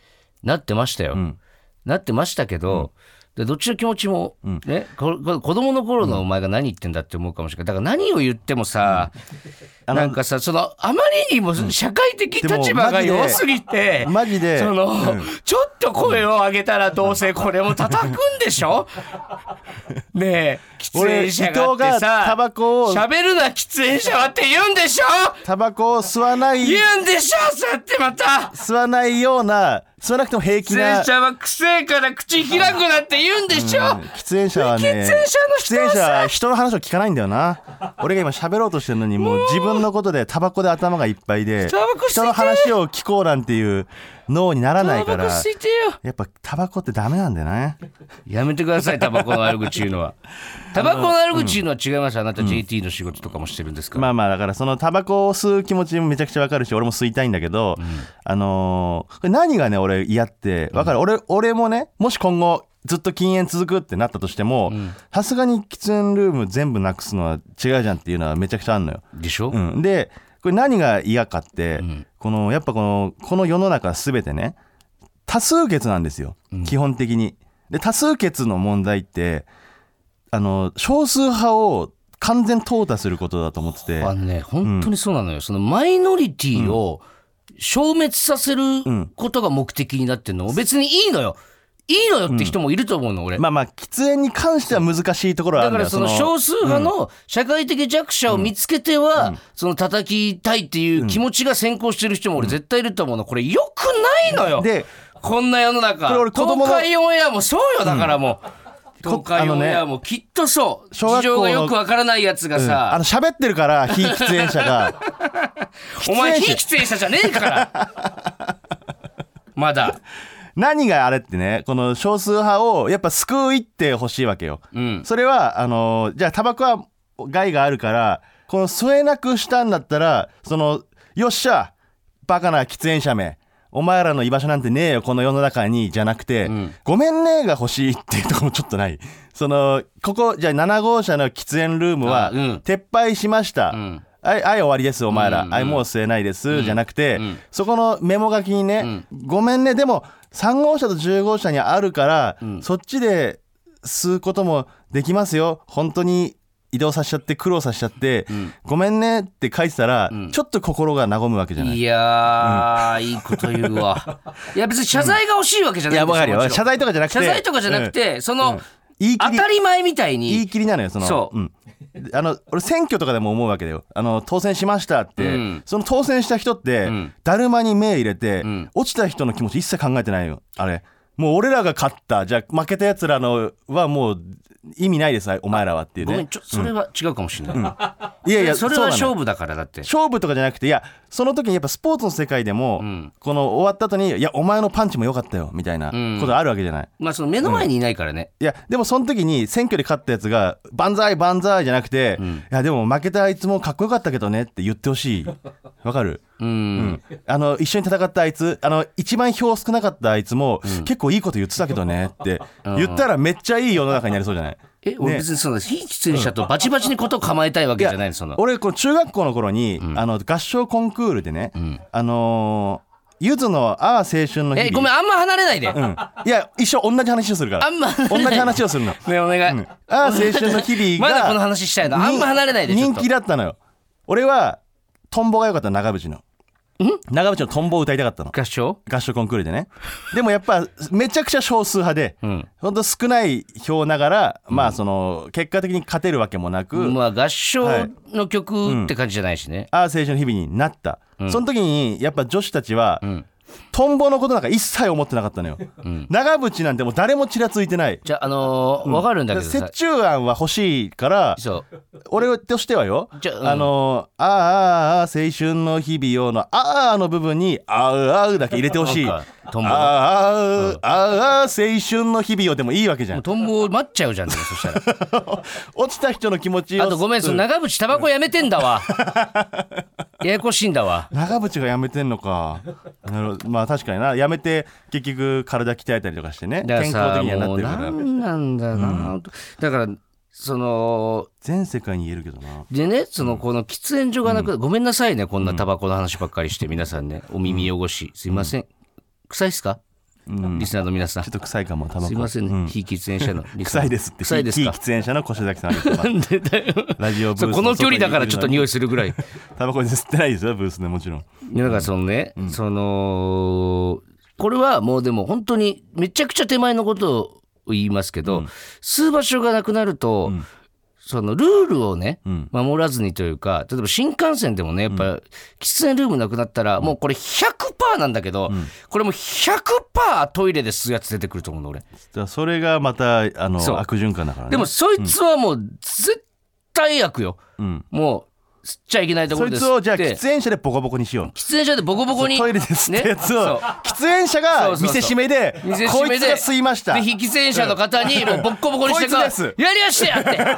Speaker 2: なってましたよ、
Speaker 3: ん
Speaker 2: なってましたけど、でどっちの気持ちも、ねここ子供の頃のお前が何言ってんだって思うかもしれないだから何を言ってもさ、
Speaker 3: あの
Speaker 2: なんかさそのあまりにも社会的立場が
Speaker 3: でも
Speaker 2: 弱
Speaker 3: マジです
Speaker 2: ぎて、
Speaker 3: マジで
Speaker 2: その、ちょっと声を上げたらどうせこれも叩くんでしょねえ喫煙者がって
Speaker 3: 俺伊藤が
Speaker 2: さ
Speaker 3: タバコを
Speaker 2: 喋るな喫煙者はって言うんでしょ
Speaker 3: タバコを吸わない
Speaker 2: 言うんでしょそうやってまた
Speaker 3: 吸わないような吸わなくても平気
Speaker 2: 喫
Speaker 3: な
Speaker 2: 煙者は癖から口開くなって言うんでしょ、
Speaker 3: 喫煙者はね
Speaker 2: 喫煙者の人はさ
Speaker 3: 喫煙者は人の話を聞かないんだよな俺が今喋ろうとしてるのにもう自分のことでタバコで頭がいっぱいで
Speaker 2: タバコ吸いてー
Speaker 3: 人の話を聞こうなんていう脳にならないか
Speaker 2: タバコ
Speaker 3: ら
Speaker 2: 吸いてよ
Speaker 3: やっぱタバコってダメなんだよね
Speaker 2: やめてくださいタバコの悪口言うのはタバコの悪口言うのは違いますあなた JT の仕事とかもしてるんですから、
Speaker 3: まあまあだからそのタバコを吸う気持ちもめちゃくちゃわかるし俺も吸いたいんだけど、あのーこれ何がね俺嫌ってわかる、俺俺もねもし今後ずっと禁煙続くってなったとしてもさすがに喫煙ルーム全部なくすのは違うじゃんっていうのはめちゃくちゃあるのよ。
Speaker 2: でしょ、
Speaker 3: うん、でこれ何が嫌かって、このやっぱこのこの世の中全てね多数決なんですよ、基本的に。で多数決の問題ってあの少数派を完全淘汰することだと思ってて。
Speaker 2: あのね、本当にそうなのよ。そのマイノリティを消滅させることが目的になってるの。別にいいのよ。いいのよって人もいると思うの俺、
Speaker 3: まあまあ喫煙に関しては難しいところはあ
Speaker 2: だ
Speaker 3: るん
Speaker 2: か
Speaker 3: だ
Speaker 2: らその少数派の社会的弱者を見つけては、その叩きたいっていう気持ちが先行してる人も俺絶対いると思うのこれよくないのよ
Speaker 3: で
Speaker 2: こんな世の中
Speaker 3: これ俺子供の
Speaker 2: 東海オンエアもそうよだからもう、
Speaker 3: こ
Speaker 2: 東海オンエ
Speaker 3: あ
Speaker 2: ア
Speaker 3: の
Speaker 2: もきっとそう
Speaker 3: 小学校の
Speaker 2: 事情がよくわからないやつが
Speaker 3: うんあ
Speaker 2: さ、
Speaker 3: の喋ってるから非喫煙者 が
Speaker 2: お前
Speaker 3: 喫
Speaker 2: 非
Speaker 3: 煙
Speaker 2: 喫煙者じゃねえから まだ
Speaker 3: 何があれってねこの少数派をやっぱ救いってほしいわけよ、
Speaker 2: うん
Speaker 3: それはあのじゃあタバコは害があるからこの吸えなくしたんだったらそのよっしゃバカな喫煙者めお前らの居場所なんてねえよこの世の中にじゃなくて、
Speaker 2: ん
Speaker 3: ごめんねが欲しいっていうところもちょっとないそのここじゃあ7号車の喫煙ルームは
Speaker 2: あうん
Speaker 3: 撤廃しました、
Speaker 2: ん
Speaker 3: はい、はい終わりです、お前ら。
Speaker 2: うんうん
Speaker 3: はい、もう吸えないです、じゃなくて、
Speaker 2: ん
Speaker 3: そこのメモ書きにね、ごめんね、でも、3号車と10号車にあるから、そっちで吸うこともできますよ。本当に移動させちゃって、苦労させちゃって、ごめんねって書いてたら、ちょっと心が和むわけじゃない。
Speaker 2: いやー、いいこと言うわいや別に謝罪が欲しいわけじゃ
Speaker 3: い
Speaker 2: ない
Speaker 3: や、
Speaker 2: んで
Speaker 3: わ
Speaker 2: す
Speaker 3: かる
Speaker 2: も
Speaker 3: よ。
Speaker 2: ちろん
Speaker 3: 謝罪とかじゃなくて。
Speaker 2: 謝罪とかじゃなく
Speaker 3: うん、
Speaker 2: て、その、
Speaker 3: 言い切
Speaker 2: 当
Speaker 3: り
Speaker 2: たり前みたいに
Speaker 3: 言い切りなのよその
Speaker 2: そう
Speaker 3: うん、あの俺選挙とかでも思うわけだよあの当選しましたって、
Speaker 2: うん
Speaker 3: その当選した人って、
Speaker 2: ん
Speaker 3: だるまに目入れて、
Speaker 2: ん
Speaker 3: 落ちた人の気持ち一切考えてないよあれもう俺らが勝ったじゃあ負けたやつらのはもう意味ないですお前らはっていう
Speaker 2: ごめん
Speaker 3: ね
Speaker 2: ちょそれは違うかもしれない、
Speaker 3: いやいや
Speaker 2: それ
Speaker 3: う
Speaker 2: は
Speaker 3: なのよ
Speaker 2: 勝負だからだって
Speaker 3: 勝負とかじゃなくていやその時にやっぱスポーツの世界でも、
Speaker 2: ん
Speaker 3: この終わった後に「いやお前のパンチも良かったよ」みたいなことあるわけじゃない、
Speaker 2: まあその目の前にいないからね、
Speaker 3: いやでもその時に選挙で勝ったやつが「万歳万歳」じゃなくて、いやでも負けたあいつもかっこよかったけどねって言ってほしいわかる、
Speaker 2: うん
Speaker 3: うんあの一緒に戦ったあいつあの一番票少なかったあいつも、結構いいこと言ってたけどねって言ったらめっちゃいい世の中になりそうじゃない
Speaker 2: え俺
Speaker 3: ね
Speaker 2: 別にその非喫煙者とバチバチにことを構えたいわけじゃないのその
Speaker 3: 俺この中学校の頃に、あの合唱コンクールでね、あのーゆずの「ああ青春の日々」
Speaker 2: えごめんあんま離れないで、
Speaker 3: うん、いや一緒同じ話をするから
Speaker 2: あんま離れ
Speaker 3: 同
Speaker 2: ない
Speaker 3: じ話をするの
Speaker 2: ねお願い、
Speaker 3: うん ああ青春の日々
Speaker 2: ま
Speaker 3: が
Speaker 2: だこの話したいのあんま離れないでちょ
Speaker 3: 人
Speaker 2: っと
Speaker 3: 気だったのよ俺はトンボが良かった長渕の長渕のトンボを歌いたかったの
Speaker 2: 合唱
Speaker 3: 合唱コンクールで ねでもやっぱめちゃくちゃ少数派で、
Speaker 2: ん
Speaker 3: ほんと少ない票ながら、まあその結果的に勝てるわけもなく、
Speaker 2: まあ合唱の曲って感じじゃないしね、
Speaker 3: ああ青春の日々になった、その時にやっぱ女子たちは、
Speaker 2: ん
Speaker 3: トンボのことなんか一切思ってなかったのよ、長渕なんてもう誰もちらついてない
Speaker 2: じゃああのーわかるんだけど
Speaker 3: 折
Speaker 2: さ、
Speaker 3: 衷案は欲しいから
Speaker 2: そう
Speaker 3: 俺としてはよ、
Speaker 2: じゃうん
Speaker 3: あのー「ああああ青春の日々よ」の「ああ」の部分に「あうあう」だけ入れてほしい「
Speaker 2: な
Speaker 3: あ
Speaker 2: んか
Speaker 3: あ
Speaker 2: トンボ
Speaker 3: あうああ青春の日々よ」でもいいわけじゃ
Speaker 2: もうんトンボを待っちゃうじゃんでもそ したら
Speaker 3: 落ちた人の気持ちを
Speaker 2: あとごめん、その長渕タバコやめてんだわ。 ややこしいんだわ。
Speaker 3: 長渕がやめてんのかなるほどまあ確かになやめて結局体鍛えたりとかしてね
Speaker 2: だから
Speaker 3: 健康
Speaker 2: さ、
Speaker 3: 的にはなっ
Speaker 2: もう
Speaker 3: てるから
Speaker 2: なんなんだな、だから、その、
Speaker 3: 全世界に言えるけどな
Speaker 2: でね、その、この喫煙所がなく、ごめんなさいね、こんなタバコの話ばっかりして、皆さんね、お耳汚し、すいません。臭いっすか、リスナーの皆さん
Speaker 3: ちょっ。と臭いかもタバコ
Speaker 2: すいません
Speaker 3: う
Speaker 2: ね、非喫煙者のリスナー。
Speaker 3: 臭いですって
Speaker 2: 臭いです
Speaker 3: 非
Speaker 2: か
Speaker 3: 喫煙者の越崎さんが言ってます
Speaker 2: なんでだよ。
Speaker 3: ラジオブ
Speaker 2: そ
Speaker 3: ー
Speaker 2: う
Speaker 3: ス
Speaker 2: この距離だからちょっと匂
Speaker 3: い
Speaker 2: いするぐらい。
Speaker 3: タバコ吸ってないですよブースでもちろん
Speaker 2: いやだからそのね、そのこれはもうでも本当にめちゃくちゃ手前のことを言いますけど、吸う場所がなくなると、そのルールをね、
Speaker 3: ん
Speaker 2: 守らずにというか例えば新幹線でもねやっぱ、喫煙ルームなくなったらもうこれ100%なんだけど、これもう100%トイレで吸うやつ出てくると思うの俺。
Speaker 3: だからそれがまたあの
Speaker 2: そう
Speaker 3: 悪循環だからね
Speaker 2: でもそいつはもう絶対悪よ、
Speaker 3: ん
Speaker 2: もう吸っちゃいけないとこ
Speaker 3: そ
Speaker 2: ろ
Speaker 3: い
Speaker 2: で吸って
Speaker 3: つをじゃあ喫煙者でボコボコにしよう
Speaker 2: 喫煙所でボコボコに
Speaker 3: トイレで吸ったやつを、
Speaker 2: ねそう
Speaker 3: 喫煙者が
Speaker 2: そうそうそう
Speaker 3: 見せしめで
Speaker 2: 見せしめ
Speaker 3: こ
Speaker 2: で
Speaker 3: いつが吸いました
Speaker 2: で非喫煙者の方にもうボッコボコにしてか
Speaker 3: こ
Speaker 2: ら
Speaker 3: いつです
Speaker 2: やりやして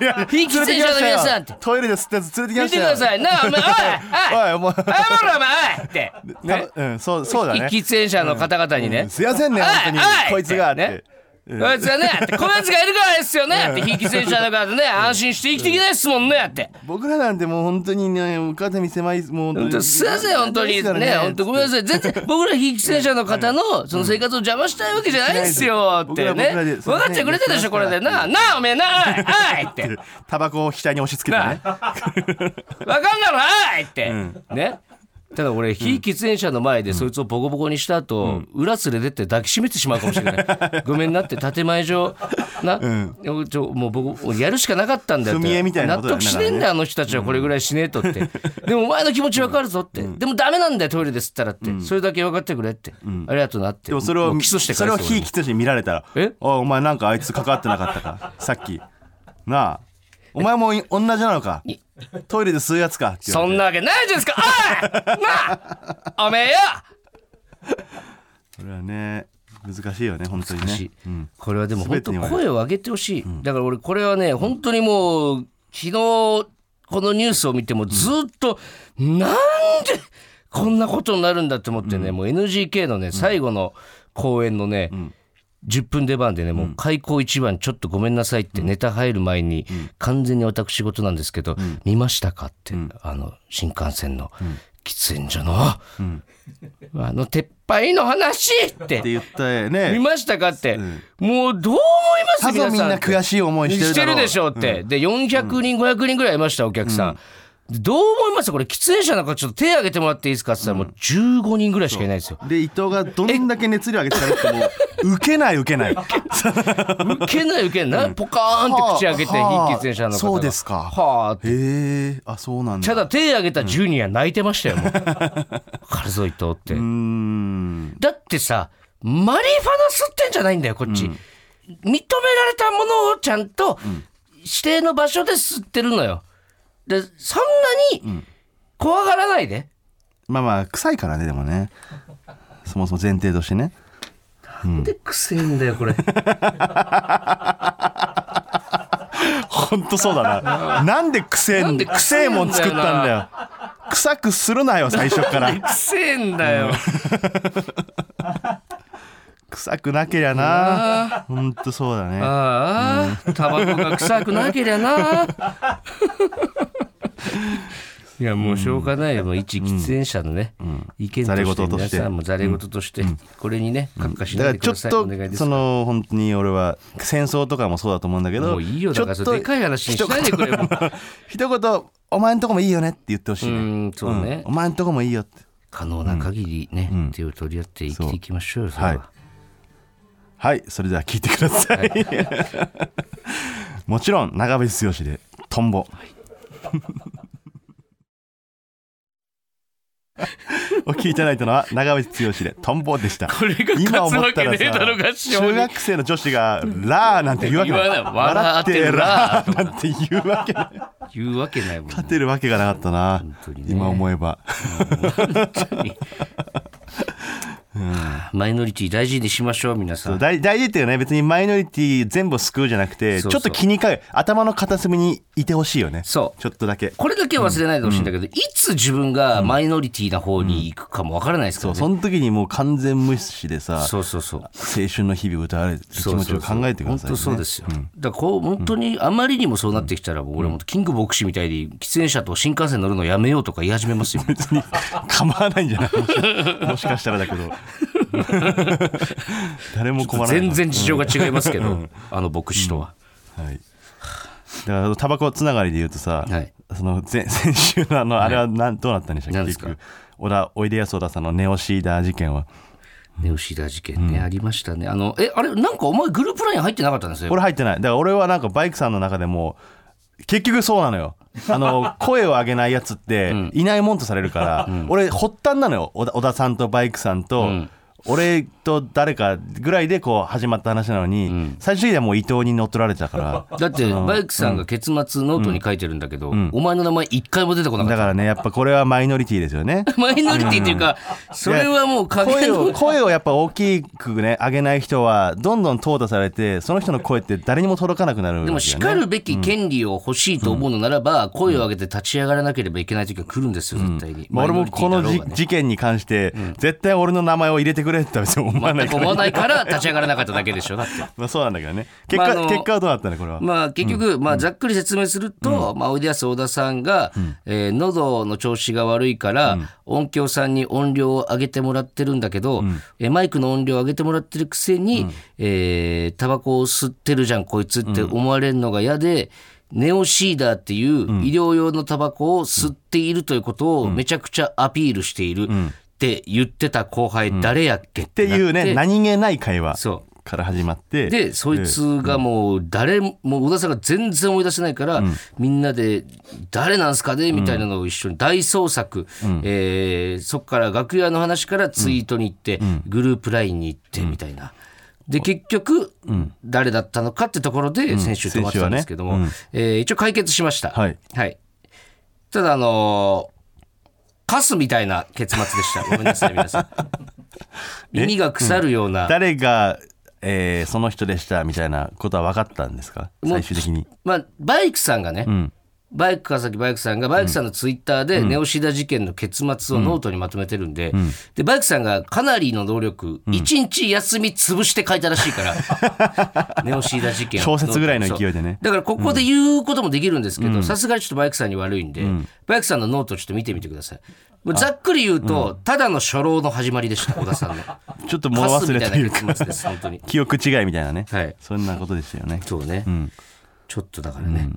Speaker 2: や って非喫煙者の皆さんって
Speaker 3: 連れてきましたよトイレで吸ったやつ連れてき
Speaker 2: 見
Speaker 3: ましてた
Speaker 2: く
Speaker 3: よ
Speaker 2: ださいなあお前おいおい
Speaker 3: おいお前
Speaker 2: 謝ろお前おいってね
Speaker 3: たうん、そうそうだね
Speaker 2: 非喫煙者の方々に
Speaker 3: う
Speaker 2: ね
Speaker 3: んすいませんね
Speaker 2: おい
Speaker 3: 本当に
Speaker 2: おい
Speaker 3: こいつがって、
Speaker 2: ね こいつはねってこのやつがいるからですよねって非喫煙者だからね安心して生きていけないですもんねって
Speaker 3: 僕らなんてもう本当にね肩身狭いもう本
Speaker 2: 本
Speaker 3: 当
Speaker 2: 当
Speaker 3: に
Speaker 2: すいません本当に
Speaker 3: ですから
Speaker 2: ね本当ごめんなさい全然僕ら非喫煙者の方のその生活を邪魔したいわけじゃないですよっ
Speaker 3: 僕
Speaker 2: て
Speaker 3: ら僕ら
Speaker 2: ね
Speaker 3: で
Speaker 2: 分かっちゃくれたでしょこれでなあなあおめえなあおいおいって
Speaker 3: タバコを額に押し付けてね
Speaker 2: わかんなのはいって、ねただ俺非喫煙者の前でそいつをボコボコにした後、裏連れてって抱きしめてしまうかもしれない ごめんなって建前上な、ちょもう僕やるしかなかったんだよって
Speaker 3: 踏み絵みたいなこと
Speaker 2: 納
Speaker 3: だよ
Speaker 2: 得しねえんだよあの人たちはこれぐらいしねえとって、でもお前の気持ち分かるぞって、でもダメなんだよトイレで吸ったらって、それだけ分かってくれって、ありがとうなって
Speaker 3: でもそれを
Speaker 2: う起訴して
Speaker 3: そ
Speaker 2: 返
Speaker 3: れ
Speaker 2: す
Speaker 3: を
Speaker 2: よ
Speaker 3: 非
Speaker 2: 俺
Speaker 3: 喫煙者に見られたら
Speaker 2: え
Speaker 3: おいお前なんかあいつ関わってなかったかさっきなあお前も同じなのかトイレで吸うやつかって言われ
Speaker 2: そ
Speaker 3: て
Speaker 2: んなわけないじゃないです かおいなあおめえよ
Speaker 3: それはね難しいよね本当に
Speaker 2: 難しい
Speaker 3: ね、うん
Speaker 2: これはでも本
Speaker 3: 全て
Speaker 2: 当
Speaker 3: において
Speaker 2: 声を上げてほしい、だから俺これはね本当にもう昨日このニュースを見てもずっと、なんでこんなことになるんだって思ってね、もう NGK のね最後の公演のね、10分出番でね、もう開口一番、ちょっとごめんなさいって、ネタ入る前に、完全に私事なんですけど、見ましたかって、あの、新幹線の、喫煙所の、あの、撤廃の話って
Speaker 3: って、言ったね
Speaker 2: 見ましたかって、もうどう思いま
Speaker 3: さ
Speaker 2: す
Speaker 3: ぞ
Speaker 2: 皆
Speaker 3: みんな
Speaker 2: さん
Speaker 3: 悔しい思いしてる
Speaker 2: して
Speaker 3: だろ
Speaker 2: る
Speaker 3: う
Speaker 2: でしょうって、で400人500人ぐらいいましたお客さん、どう思いますこれ喫煙者なんかちょっと手挙げてもらっていいですかって言ったらもう15人ぐらいしかいないですよ
Speaker 3: で伊藤がどんだけ熱量上げてたのってもう受けない受け ない
Speaker 2: 受けない受けない、ポカーンって口開けて非
Speaker 3: はあ
Speaker 2: 喫煙者の方が
Speaker 3: そうですか
Speaker 2: はあって
Speaker 3: へえあそうなんだ
Speaker 2: ただ手挙げた10人は泣いてまし たよもうカルゾイトって
Speaker 3: うーん
Speaker 2: だってさマリファナ吸ってんじゃないんだよこっち、認められたものをちゃんと指定の場所で吸ってるのよでそんなに怖がらないで、
Speaker 3: まあまあ臭いからねでもねそもそも前提としてね
Speaker 2: なんでくせえんだよこれ
Speaker 3: 本当そうだな。なんでくせえ
Speaker 2: なんで
Speaker 3: く
Speaker 2: く
Speaker 3: せ
Speaker 2: せ
Speaker 3: え
Speaker 2: え
Speaker 3: も
Speaker 2: も
Speaker 3: ん
Speaker 2: ん
Speaker 3: 作
Speaker 2: 作
Speaker 3: っ
Speaker 2: ったた
Speaker 3: ん
Speaker 2: ん
Speaker 3: だ
Speaker 2: だ
Speaker 3: よ。臭くするなよ最初から。
Speaker 2: くせえんだよ、
Speaker 3: 臭くなけりゃな。本当そうだね。
Speaker 2: ああタバコが臭くなけりゃないやもうしょうがないよ、もう一喫煙者のね、意見と
Speaker 3: ざれ
Speaker 2: し
Speaker 3: 言
Speaker 2: て
Speaker 3: とし
Speaker 2: 皆
Speaker 3: て
Speaker 2: さんもざれ言として、これにね格下し
Speaker 3: だか
Speaker 2: な
Speaker 3: ら
Speaker 2: いでく
Speaker 3: ちょ
Speaker 2: だ
Speaker 3: っ
Speaker 2: さいお願いで
Speaker 3: と
Speaker 2: す
Speaker 3: その本当に俺は戦争とかもそうだと思うんだけど、
Speaker 2: もういいよだから
Speaker 3: ちょっ
Speaker 2: そ
Speaker 3: と
Speaker 2: れでかい話にしないでくれよ
Speaker 3: 一言お前んとこもいいよねって言ってほしいね。
Speaker 2: うんそうね
Speaker 3: んお前んとこもいいよって。
Speaker 2: 可能な限りね、
Speaker 3: うん
Speaker 2: 手を取り合って生きていきましょうよ
Speaker 3: う
Speaker 2: それは、
Speaker 3: はいはい、それでは聞いてください。もちろん長渕剛でトンボ。お聞きいただいたのは長渕剛でトンボでした。
Speaker 2: これが
Speaker 3: 今
Speaker 2: 勝つ
Speaker 3: 思っ
Speaker 2: わ
Speaker 3: た
Speaker 2: け
Speaker 3: ら
Speaker 2: ねえだろ
Speaker 3: さ
Speaker 2: が
Speaker 3: 中学生の女子がラーなんて言うわけない。
Speaker 2: 言わない笑って
Speaker 3: 笑
Speaker 2: ラ
Speaker 3: ってラーなんて言うわけない。
Speaker 2: 言うわけないもん
Speaker 3: 勝てるわけがなかったな。
Speaker 2: 本当にね
Speaker 3: 今思えば。
Speaker 2: マイノリティ大事にしましょう皆さん
Speaker 3: 大大事っていうのはね別にマイノリティ全部を救うじゃなくて
Speaker 2: そう
Speaker 3: ちょ
Speaker 2: そう
Speaker 3: っと気にかえ頭の片隅にいてほしいよね
Speaker 2: そう
Speaker 3: ちょっとだけ
Speaker 2: これだけは忘れないでほしいんだけど、いつ自分がマイノリティな方に行くかもわからないですか
Speaker 3: そ
Speaker 2: ら
Speaker 3: う
Speaker 2: ね、
Speaker 3: その時にもう完全無視でさ
Speaker 2: そうそうそう
Speaker 3: 青春の日々を歌われる気持ちを考えてくださいね
Speaker 2: 本当そうですよ、だからこう本当にあまりにもそうなってきたら、もう俺もキングボクシーみたいに喫煙者と新幹線乗るのやめようとか言い始 めますよ
Speaker 3: 別に 構わないんじゃないもし もしかしたらだけど誰も困らない
Speaker 2: 全然事情が違いますけど、あの牧師とは、
Speaker 3: はいだからタバコつながりで言うとさ、
Speaker 2: はい
Speaker 3: その前先週のあのあれはなんどうなったんでしたっけ、
Speaker 2: 何です
Speaker 3: 結
Speaker 2: か
Speaker 3: 局小田おいでやす小田さんのネオシーダー事件は
Speaker 2: ネオシーダー事件ね、ありましたねあのえあれなんかお前グループライン入ってなかったんですよ
Speaker 3: 俺入ってないだから俺はなんかバイクさんの中でも結局そうなの よあの声を上げないやつっていないもんとされるから、俺発端なのよ小田小田さんとバイクさんと、俺と誰かぐらいでこう始まった話なのに、最終的にはもう伊藤に乗っ取られてた から
Speaker 2: だってバイクさんが結末ノートに書いてるんだけど、お前の名前一回も出てこなか
Speaker 3: だ
Speaker 2: っ
Speaker 3: からねやっぱこれはマイノリティですよね
Speaker 2: たマイノリティっていうか、それはもう影
Speaker 3: 声
Speaker 2: の
Speaker 3: を声をやっぱ大きくね上げない人はどんどん淘汰されてその人の声って誰にも届かなくなるわけ
Speaker 2: で
Speaker 3: よ
Speaker 2: も
Speaker 3: ね
Speaker 2: しかるべき権利を欲しいと思うのならば、声を上げて立ち上がらなければいけない時が来るんですよ、絶対に。
Speaker 3: まあ俺もこの
Speaker 2: マイノリ
Speaker 3: じ
Speaker 2: ティだろうがね
Speaker 3: 事件に関して、絶対俺の名前を入れてくれって別に思わない
Speaker 2: 全く
Speaker 3: か
Speaker 2: 思
Speaker 3: ら、
Speaker 2: わないから立ち上がらなかっただけでしょ、だって。
Speaker 3: まあ、そうなんだけどね結
Speaker 2: まあ
Speaker 3: 果、
Speaker 2: あの
Speaker 3: 結果はどうなったのこれは、
Speaker 2: まあ結局、まあざっくり説明すると、まあおいでやす小田さんが、えー喉の調子が悪いから、音響さんに音量を上げてもらってるんだけど、えーマイクの音量を上げてもらってるくせに、えータバコを吸ってるじゃんこいつって思われるのが嫌で、ネオシーダーっていう医療用のタバコを吸っているということをめちゃくちゃアピールしているって言ってた後輩誰やっけっ
Speaker 3: って
Speaker 2: てなって
Speaker 3: いうね何気ない会話
Speaker 2: そう
Speaker 3: から始まって
Speaker 2: でそいつがもう誰ももう宇田さんが全然思い出せないから、みんなで「誰なんすかね?」みたいなのを一緒に大捜索、えーそっから楽屋の話からツイートに行って、グループ LINE に行ってみたいな。で結局、誰だったのかってところで先週止まってたんですけども、
Speaker 3: 先週はね
Speaker 2: えー一応解決しました、
Speaker 3: はい
Speaker 2: ただあのーカスみたいな結末でしたごめんなさい皆さん耳が腐るような、
Speaker 3: 誰が、えーその人でしたみたいなことは分かったんですか
Speaker 2: もう
Speaker 3: 最終的に
Speaker 2: まあ、バイクさんがね、バイク川崎バイクさんがバイクさんのツイッターでネオシダ事件の結末をノートにまとめてるんで,、でバイクさんがかなりの能力、一日休み潰して書いたらしいから ネオシダ事件を
Speaker 3: 小説ぐらいの勢いでね
Speaker 2: だからここで言うこともできるんですけどさすがにちょっとバイクさんに悪いんで、バイクさんのノートちょっと見てみてくださいもうざっくり言うと、ただの初老の始まりでした小田さんの
Speaker 3: ちょっと物忘れという
Speaker 2: カスみた
Speaker 3: か
Speaker 2: いな結末です本当に
Speaker 3: 記憶違いみたいなね、
Speaker 2: はい
Speaker 3: そんなことでしたよね
Speaker 2: そうね、ちょっとだからね、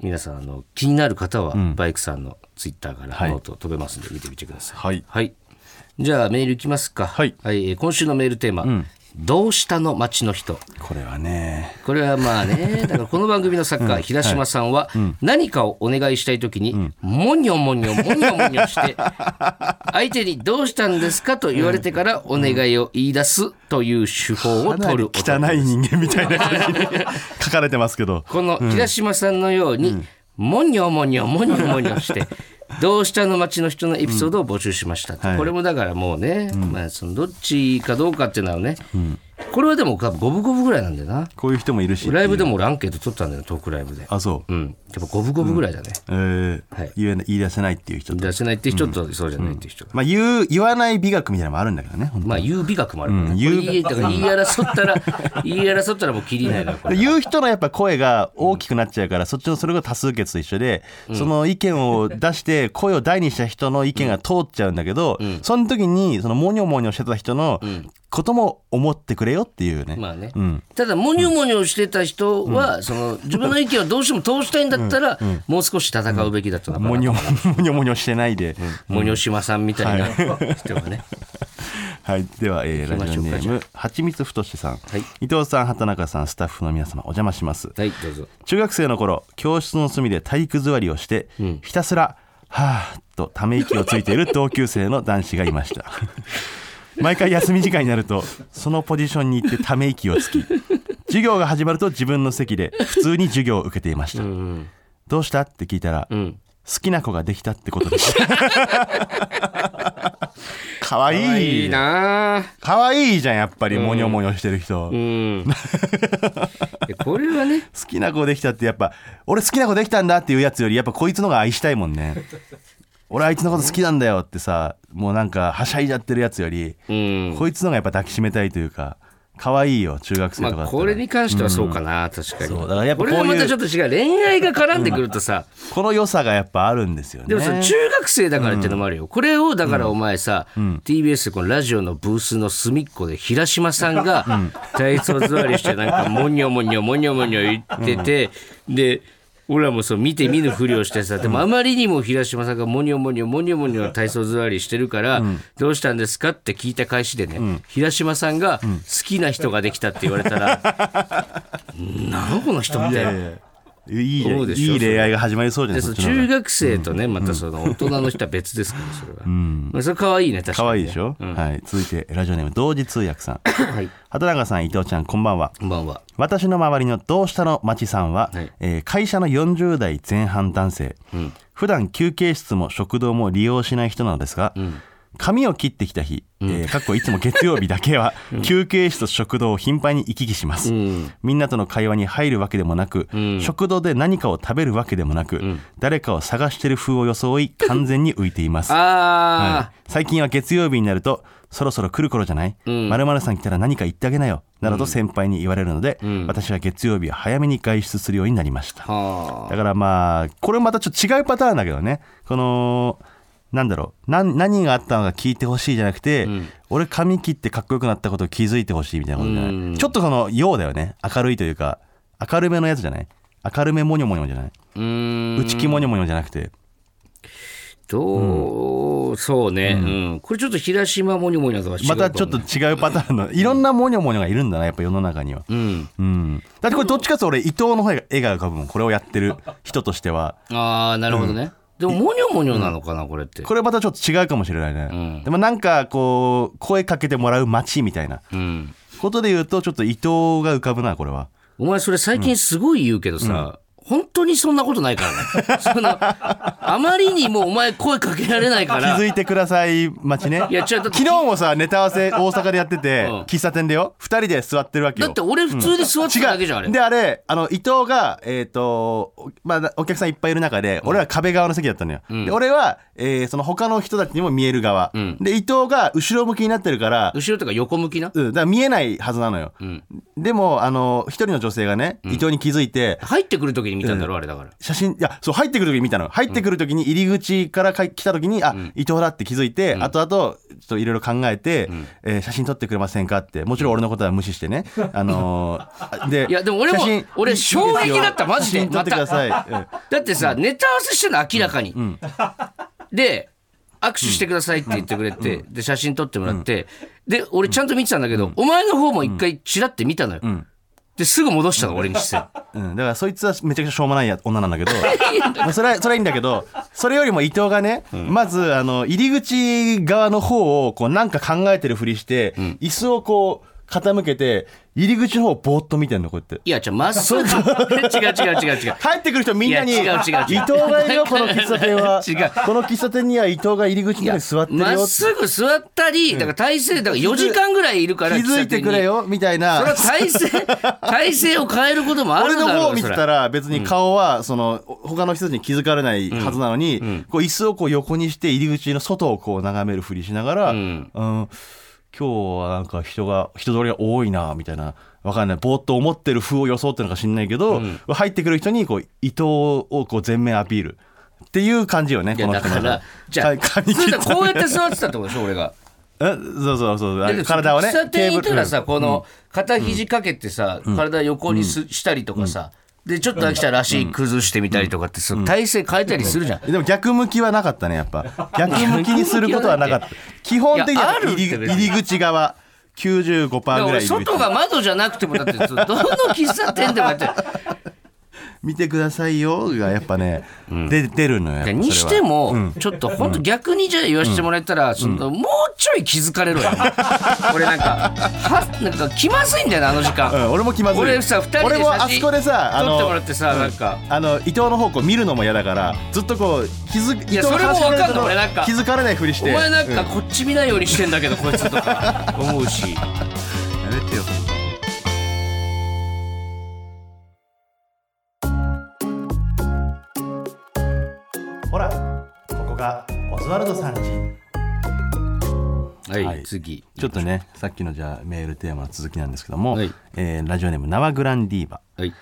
Speaker 2: 皆さんあの気になる方はバイクさんのツイッターから
Speaker 3: はい
Speaker 2: ノート飛べますんで見てみてください
Speaker 3: はい
Speaker 2: じゃあメールいきますか
Speaker 3: はい
Speaker 2: えー今週のメールテーマ、どうしたの街の人
Speaker 3: これはね
Speaker 2: これはまあ ねだからこの番組の作家平島さんは何かをお願いしたい時にもにょもにょもにょもにょして 相手に「どうしたんですか?」と言われてからお願いを言い出すという手法を
Speaker 3: かなり
Speaker 2: 取る
Speaker 3: 汚い人間みたいな感じで 書かれてますけど
Speaker 2: この平島さんのように、もにょもにょもにょもに ょして、どうしたの町の人のエピソードを募集しましたと、
Speaker 3: はい
Speaker 2: これもだからもうね、まあ、そのどっちかどうかっていうのはね、これはでも多分五分五分ぐらいなんだよな。
Speaker 3: こういう人もいるし
Speaker 2: ライブでも俺アンケート取ったんだよ、トークライブで。
Speaker 3: あそう、
Speaker 2: うん。やっぱ五分五分ぐらいだね。
Speaker 3: えー
Speaker 2: はい
Speaker 3: 言えな言い出せないっていう人と、
Speaker 2: 出せないって人とそうじゃないって人が。
Speaker 3: まあ、言う言わない美学みたいなのもあるんだけどね本当
Speaker 2: まあ、言う美学もあるからね。
Speaker 3: うん
Speaker 2: これ
Speaker 3: 言う
Speaker 2: 言いだから言い争ったら、言い争ったらもう切りないな、これ。
Speaker 3: 言う人のやっぱ声が大きくなっちゃうから、そっちのそれが多数決と一緒で、その意見を出して声を大にした人の意見が通っちゃうんだけど、その時にそのモニョモニョしてた人のことも思ってくれよって いうね、
Speaker 2: まあね、
Speaker 3: ん
Speaker 2: ただモニョモニョしてた人は、その自分の意見をどうしても通したいんだったら、もう少し戦うべきだったのかな、
Speaker 3: モニョモニョモニョしてないで、
Speaker 2: モニョ島さんみたいな人がね、
Speaker 3: はい、では、えー
Speaker 2: 行きま
Speaker 3: ラジ
Speaker 2: しょ
Speaker 3: オ
Speaker 2: うか
Speaker 3: ネームはちみつふとしさん、
Speaker 2: はい
Speaker 3: 伊藤さん畑中さんスタッフの皆様お邪魔します
Speaker 2: はいどうぞ
Speaker 3: 中学生の頃教室の隅で体育座りをして、ひたすら「はあ」とため息をついている同級生の男子がいました 毎回休み時間になるとそのポジションに行ってため息をつき授業が始まると自分の席で普通に授業を受けていました、どうしたって聞いたら、好きな子ができたってことでした かわ
Speaker 2: い
Speaker 3: い
Speaker 2: い
Speaker 3: い
Speaker 2: なあ
Speaker 3: かわいいじゃんやっぱりモニョモニョしてる人、
Speaker 2: うん でこれはね
Speaker 3: 好きな子できたってやっぱ俺好きな子できたんだっていうやつよりやっぱこいつのが愛したいもんね 俺あいつのこと好きなんだよってさもうなんかはしゃいじゃってるやつより、
Speaker 2: うん
Speaker 3: こいつのがやっぱ抱きしめたいというか可愛いよ中学生とかだった
Speaker 2: まあ
Speaker 3: ら
Speaker 2: これに関してはそうかな、確かに
Speaker 3: そうだからやっぱこういう
Speaker 2: これはまたちょっと違う恋愛が絡んでくるとさ、
Speaker 3: この良さがやっぱあるんですよね
Speaker 2: でもその中学生だからってのもあるよ、これをだからお前さ、TBS このラジオのブースの隅っこで平島さんが体操座りしてなんかモニョモニョモニョモニョ言ってて、で俺らもそう見て見ぬふりをしてさでもあまりにも平島さんがモニョモニョモニョモニョ体操座りしてるから、どうしたんですかって聞いた返しでね、平島さんが好きな人ができたって言われたら、 なんこの人みたいな。
Speaker 3: いやいやいいじゃん
Speaker 2: そうでしょ
Speaker 3: いい恋愛が始まりそうじゃない
Speaker 2: でそ
Speaker 3: そっ
Speaker 2: の
Speaker 3: ちの方が
Speaker 2: 中学生とね、またその大人の人は別ですから、それは。まあ、それ可愛いね、確かに、ね。
Speaker 3: 可愛いでしょ、はい、続いてラジオネーム同時通訳さん
Speaker 2: はい。
Speaker 3: 畑中さん伊藤ちゃんこんばんは
Speaker 2: こんばんは。
Speaker 3: 私の周りのどうしたのまちさんは、
Speaker 2: はい
Speaker 3: えー会社の40代前半男性、普段休憩室も食堂も利用しない人なのですが、髪を切ってきた日、えーかっこいつも月曜日だけは休憩室と食堂を頻繁に行き来します、みんなとの会話に入るわけでもなく、食堂で何かを食べるわけでもなく、誰かを探してる風を装い完全に浮いていますは
Speaker 2: あ
Speaker 3: い、最近は月曜日になるとそろそろ来る頃じゃないまる、さん来たら何か言ってあげなよなどと先輩に言われるので、私は月曜日は早めに外出するようになりました
Speaker 2: ー、はあ。
Speaker 3: だからまあこれまたちょっと違うパターンだけどねこのなんだろうなん何があったのか聞いてほしいじゃなくて、俺髪切ってかっこよくなったことを気づいてほしいみたいなことじゃない、ちょっとこのようだよね明るいというか明るめのやつじゃない明るめもにょもにょじゃないう
Speaker 2: ーん
Speaker 3: 内気もにょもにょじゃなくて
Speaker 2: どう、そうね、うんこれちょっと平島もにもになとは違うか
Speaker 3: ま
Speaker 2: もね
Speaker 3: たちょっと、違うパターンのいろんなもにょもにょがいるんだなやっぱ世の中には、
Speaker 2: うん、
Speaker 3: うん、だってこれどっちかっていうと俺伊藤の方が絵が浮かぶもんこれをやってる人としては
Speaker 2: ああなるほどね、でももにょもにょなのかなこれって
Speaker 3: これまたちょっと違うかもしれないね、でもなんかこう声かけてもらう街みたいな
Speaker 2: うん
Speaker 3: ことで言うとちょっと伊藤が浮かぶなこれは
Speaker 2: お前それ最近すごい言うけどさ、本当にそんなことないからね そのあまりにもお前声かけられないか
Speaker 3: 気
Speaker 2: ら
Speaker 3: づいてください街ね
Speaker 2: いや違うだって
Speaker 3: 昨日もさネタ合わせ大阪でやってて、
Speaker 2: うん
Speaker 3: 喫茶店でよ2人で座ってるわけ
Speaker 2: だ
Speaker 3: よ
Speaker 2: って俺普通で座ってただけじゃん、あれ
Speaker 3: であれあの伊藤がえっ、とおまあお客さんいっぱいいる中で俺ら壁側の席だったのよ、で俺は、えーその他の人たちにも見える側、
Speaker 2: ん
Speaker 3: で伊藤が後ろ向きになってるから,、
Speaker 2: 後ろとか横向きな
Speaker 3: うん、だから見えないはずなのよ、
Speaker 2: ん
Speaker 3: でもあの一人の女性がね、伊藤に気づいて
Speaker 2: 入ってくる時に見たんだろ、あれだから
Speaker 3: 写真いやそう入ってくる時に見たの入ってくる時に入り口からか来た時に、あ伊藤だって気づいて、後々ちょっといろいろ考えて、えー写真撮ってくれませんかってもちろん俺のことは無視してね、あの ーで
Speaker 2: いやでも俺も
Speaker 3: 写真
Speaker 2: 俺
Speaker 3: いいですよ
Speaker 2: 衝撃だったマジで
Speaker 3: 写真撮ってください、うん
Speaker 2: だってさ、ネタ合わせしてるの明らかに、で握手してくださいって言ってくれて、で写真撮ってもらって、で俺ちゃんと見てたんだけど、お前の方も一回チラって見たのよ、ですぐ戻したの俺にして
Speaker 3: うん、だからそいつはめちゃくちゃしょうもないや女なんだ けどまあそれはそれはいいんだけどそれよりも伊藤がね、まずあの入り口側の方をこうなんか考えてるふりして、椅子をこう傾けて入り口の方をぼーっと見てんのこうやって。
Speaker 2: いやじゃあま っすぐ違う違う違う違う
Speaker 3: 帰ってくる人みんなに「伊
Speaker 2: い
Speaker 3: 藤
Speaker 2: や違う違う違う
Speaker 3: がいるよこの喫茶店は
Speaker 2: 違う
Speaker 3: この喫茶店には伊藤が入り口の中に座ってるよ」
Speaker 2: まっすぐ座ったり、だから体勢、だから4時間ぐらいいる
Speaker 3: 気
Speaker 2: から、
Speaker 3: づいてくれよみたい
Speaker 2: 喫茶
Speaker 3: な
Speaker 2: 店に。それは体勢、体勢を変えることもある
Speaker 3: 俺
Speaker 2: んだ
Speaker 3: の
Speaker 2: ろう
Speaker 3: 方を見てた
Speaker 2: ら。
Speaker 3: ら別に顔はその他の人に気づかれないはずなのに、こう椅子をこう横にして入り口の外をこう眺めるふりしながら、うん今日はなんか人が人通りが多いなみたいな。わかんないぼーっと思ってる風を装ってるのか知んないけど、入ってくる人にこう伊藤をこう全面アピールっていう感じよね
Speaker 2: いや、
Speaker 3: この
Speaker 2: だ
Speaker 3: 人
Speaker 2: か
Speaker 3: の
Speaker 2: ら、じゃあ、
Speaker 3: か
Speaker 2: 普
Speaker 3: 髪切
Speaker 2: 通
Speaker 3: っ
Speaker 2: だ
Speaker 3: た
Speaker 2: こうやって座ってたってことでしょ、俺 が。
Speaker 3: えそうそうそう
Speaker 2: だ
Speaker 3: あ
Speaker 2: けど
Speaker 3: 体をね
Speaker 2: 喫茶店行ったらさ、
Speaker 3: テーブ
Speaker 2: この肩肘かけてさ、体横にすしたりとかさ、で、ちょっと飽きたら足崩してみたりとかって、その体勢変えたりするじゃん。
Speaker 3: ルうんでも逆向きはなかったねやっぱ逆向きにすることはなかった基本的には入
Speaker 2: い
Speaker 3: り
Speaker 2: やあるって別に
Speaker 3: 入り口側95%ぐ
Speaker 2: だから
Speaker 3: ら
Speaker 2: 俺
Speaker 3: い入り
Speaker 2: 外
Speaker 3: 口
Speaker 2: が窓じゃなくて もだってどの喫茶店でもやって
Speaker 3: 見てくださいよがやっぱね、で出るのよやっぱそれは
Speaker 2: にしても、ちょっと本当逆にじゃあ言わせてもらえたら、そのもうちょい気づか れろよ。俺なんか、は、なんか気まずいんだよな、あの時
Speaker 3: う
Speaker 2: 間。
Speaker 3: ん、俺も気まずい
Speaker 2: 俺さ、二人
Speaker 3: 俺
Speaker 2: で
Speaker 3: も
Speaker 2: 写
Speaker 3: あ
Speaker 2: 真
Speaker 3: そこでさあ
Speaker 2: 撮ってもら
Speaker 3: の
Speaker 2: ってさ、なんか。
Speaker 3: あの伊藤の方向見るのも嫌だからずっとこう気づ伊
Speaker 2: いや
Speaker 3: 藤の話
Speaker 2: それもわか
Speaker 3: 聞
Speaker 2: んの
Speaker 3: いてると
Speaker 2: 俺なんか
Speaker 3: 気づかれないふりし
Speaker 2: お
Speaker 3: て
Speaker 2: 前なん
Speaker 3: うん
Speaker 2: かこっち見ないようにしてんだけど、こいつと か思うし。
Speaker 3: やめてよほらここがオズワルドさんち
Speaker 2: は、
Speaker 3: はいい
Speaker 2: 次。
Speaker 3: ちょっとねさっきのじゃあメールテーマの続きなんですけども、
Speaker 2: はい
Speaker 3: えーラジオネームナワグランディーバ
Speaker 2: はい。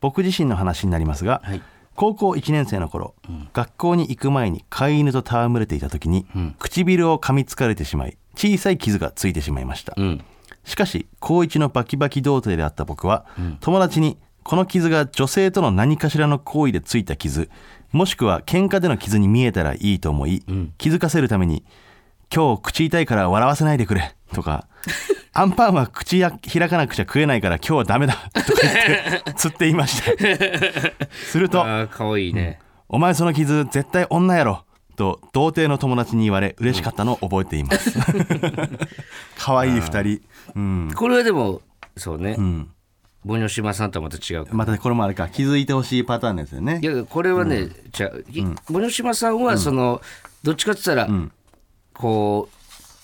Speaker 3: 僕自身の話になりますが、
Speaker 2: はい
Speaker 3: 高校1年生の頃、学校に行く前に飼い犬と戯れていた時に、唇を噛みつかれてしまい小さい傷がついてしまいました、
Speaker 2: うん。
Speaker 3: しかし高一のバキバキ童貞であった僕は、友達にこの傷が女性との何かしらの行為でついた傷もしくは喧嘩での傷に見えたらいいと思い、気づかせるために「今日口痛いから笑わせないでくれ」とか 「アンパンは口や開かなくちゃ食えないから今日はダメだ」とか言って釣っていましたすると
Speaker 2: ああ、可愛いね。
Speaker 3: 「お前その傷絶対女やろ」と童貞の友達に言われ嬉しかったのを覚えています 可愛い二人うん
Speaker 2: これはでも、そうね
Speaker 3: う。ん
Speaker 2: ボニョシマさんとはまた違うから。
Speaker 3: またこれもあれか気づいてほしいパターンですよね
Speaker 2: いやこれはね、じゃあ、い森島さんはその、どっちかって言ったら、こう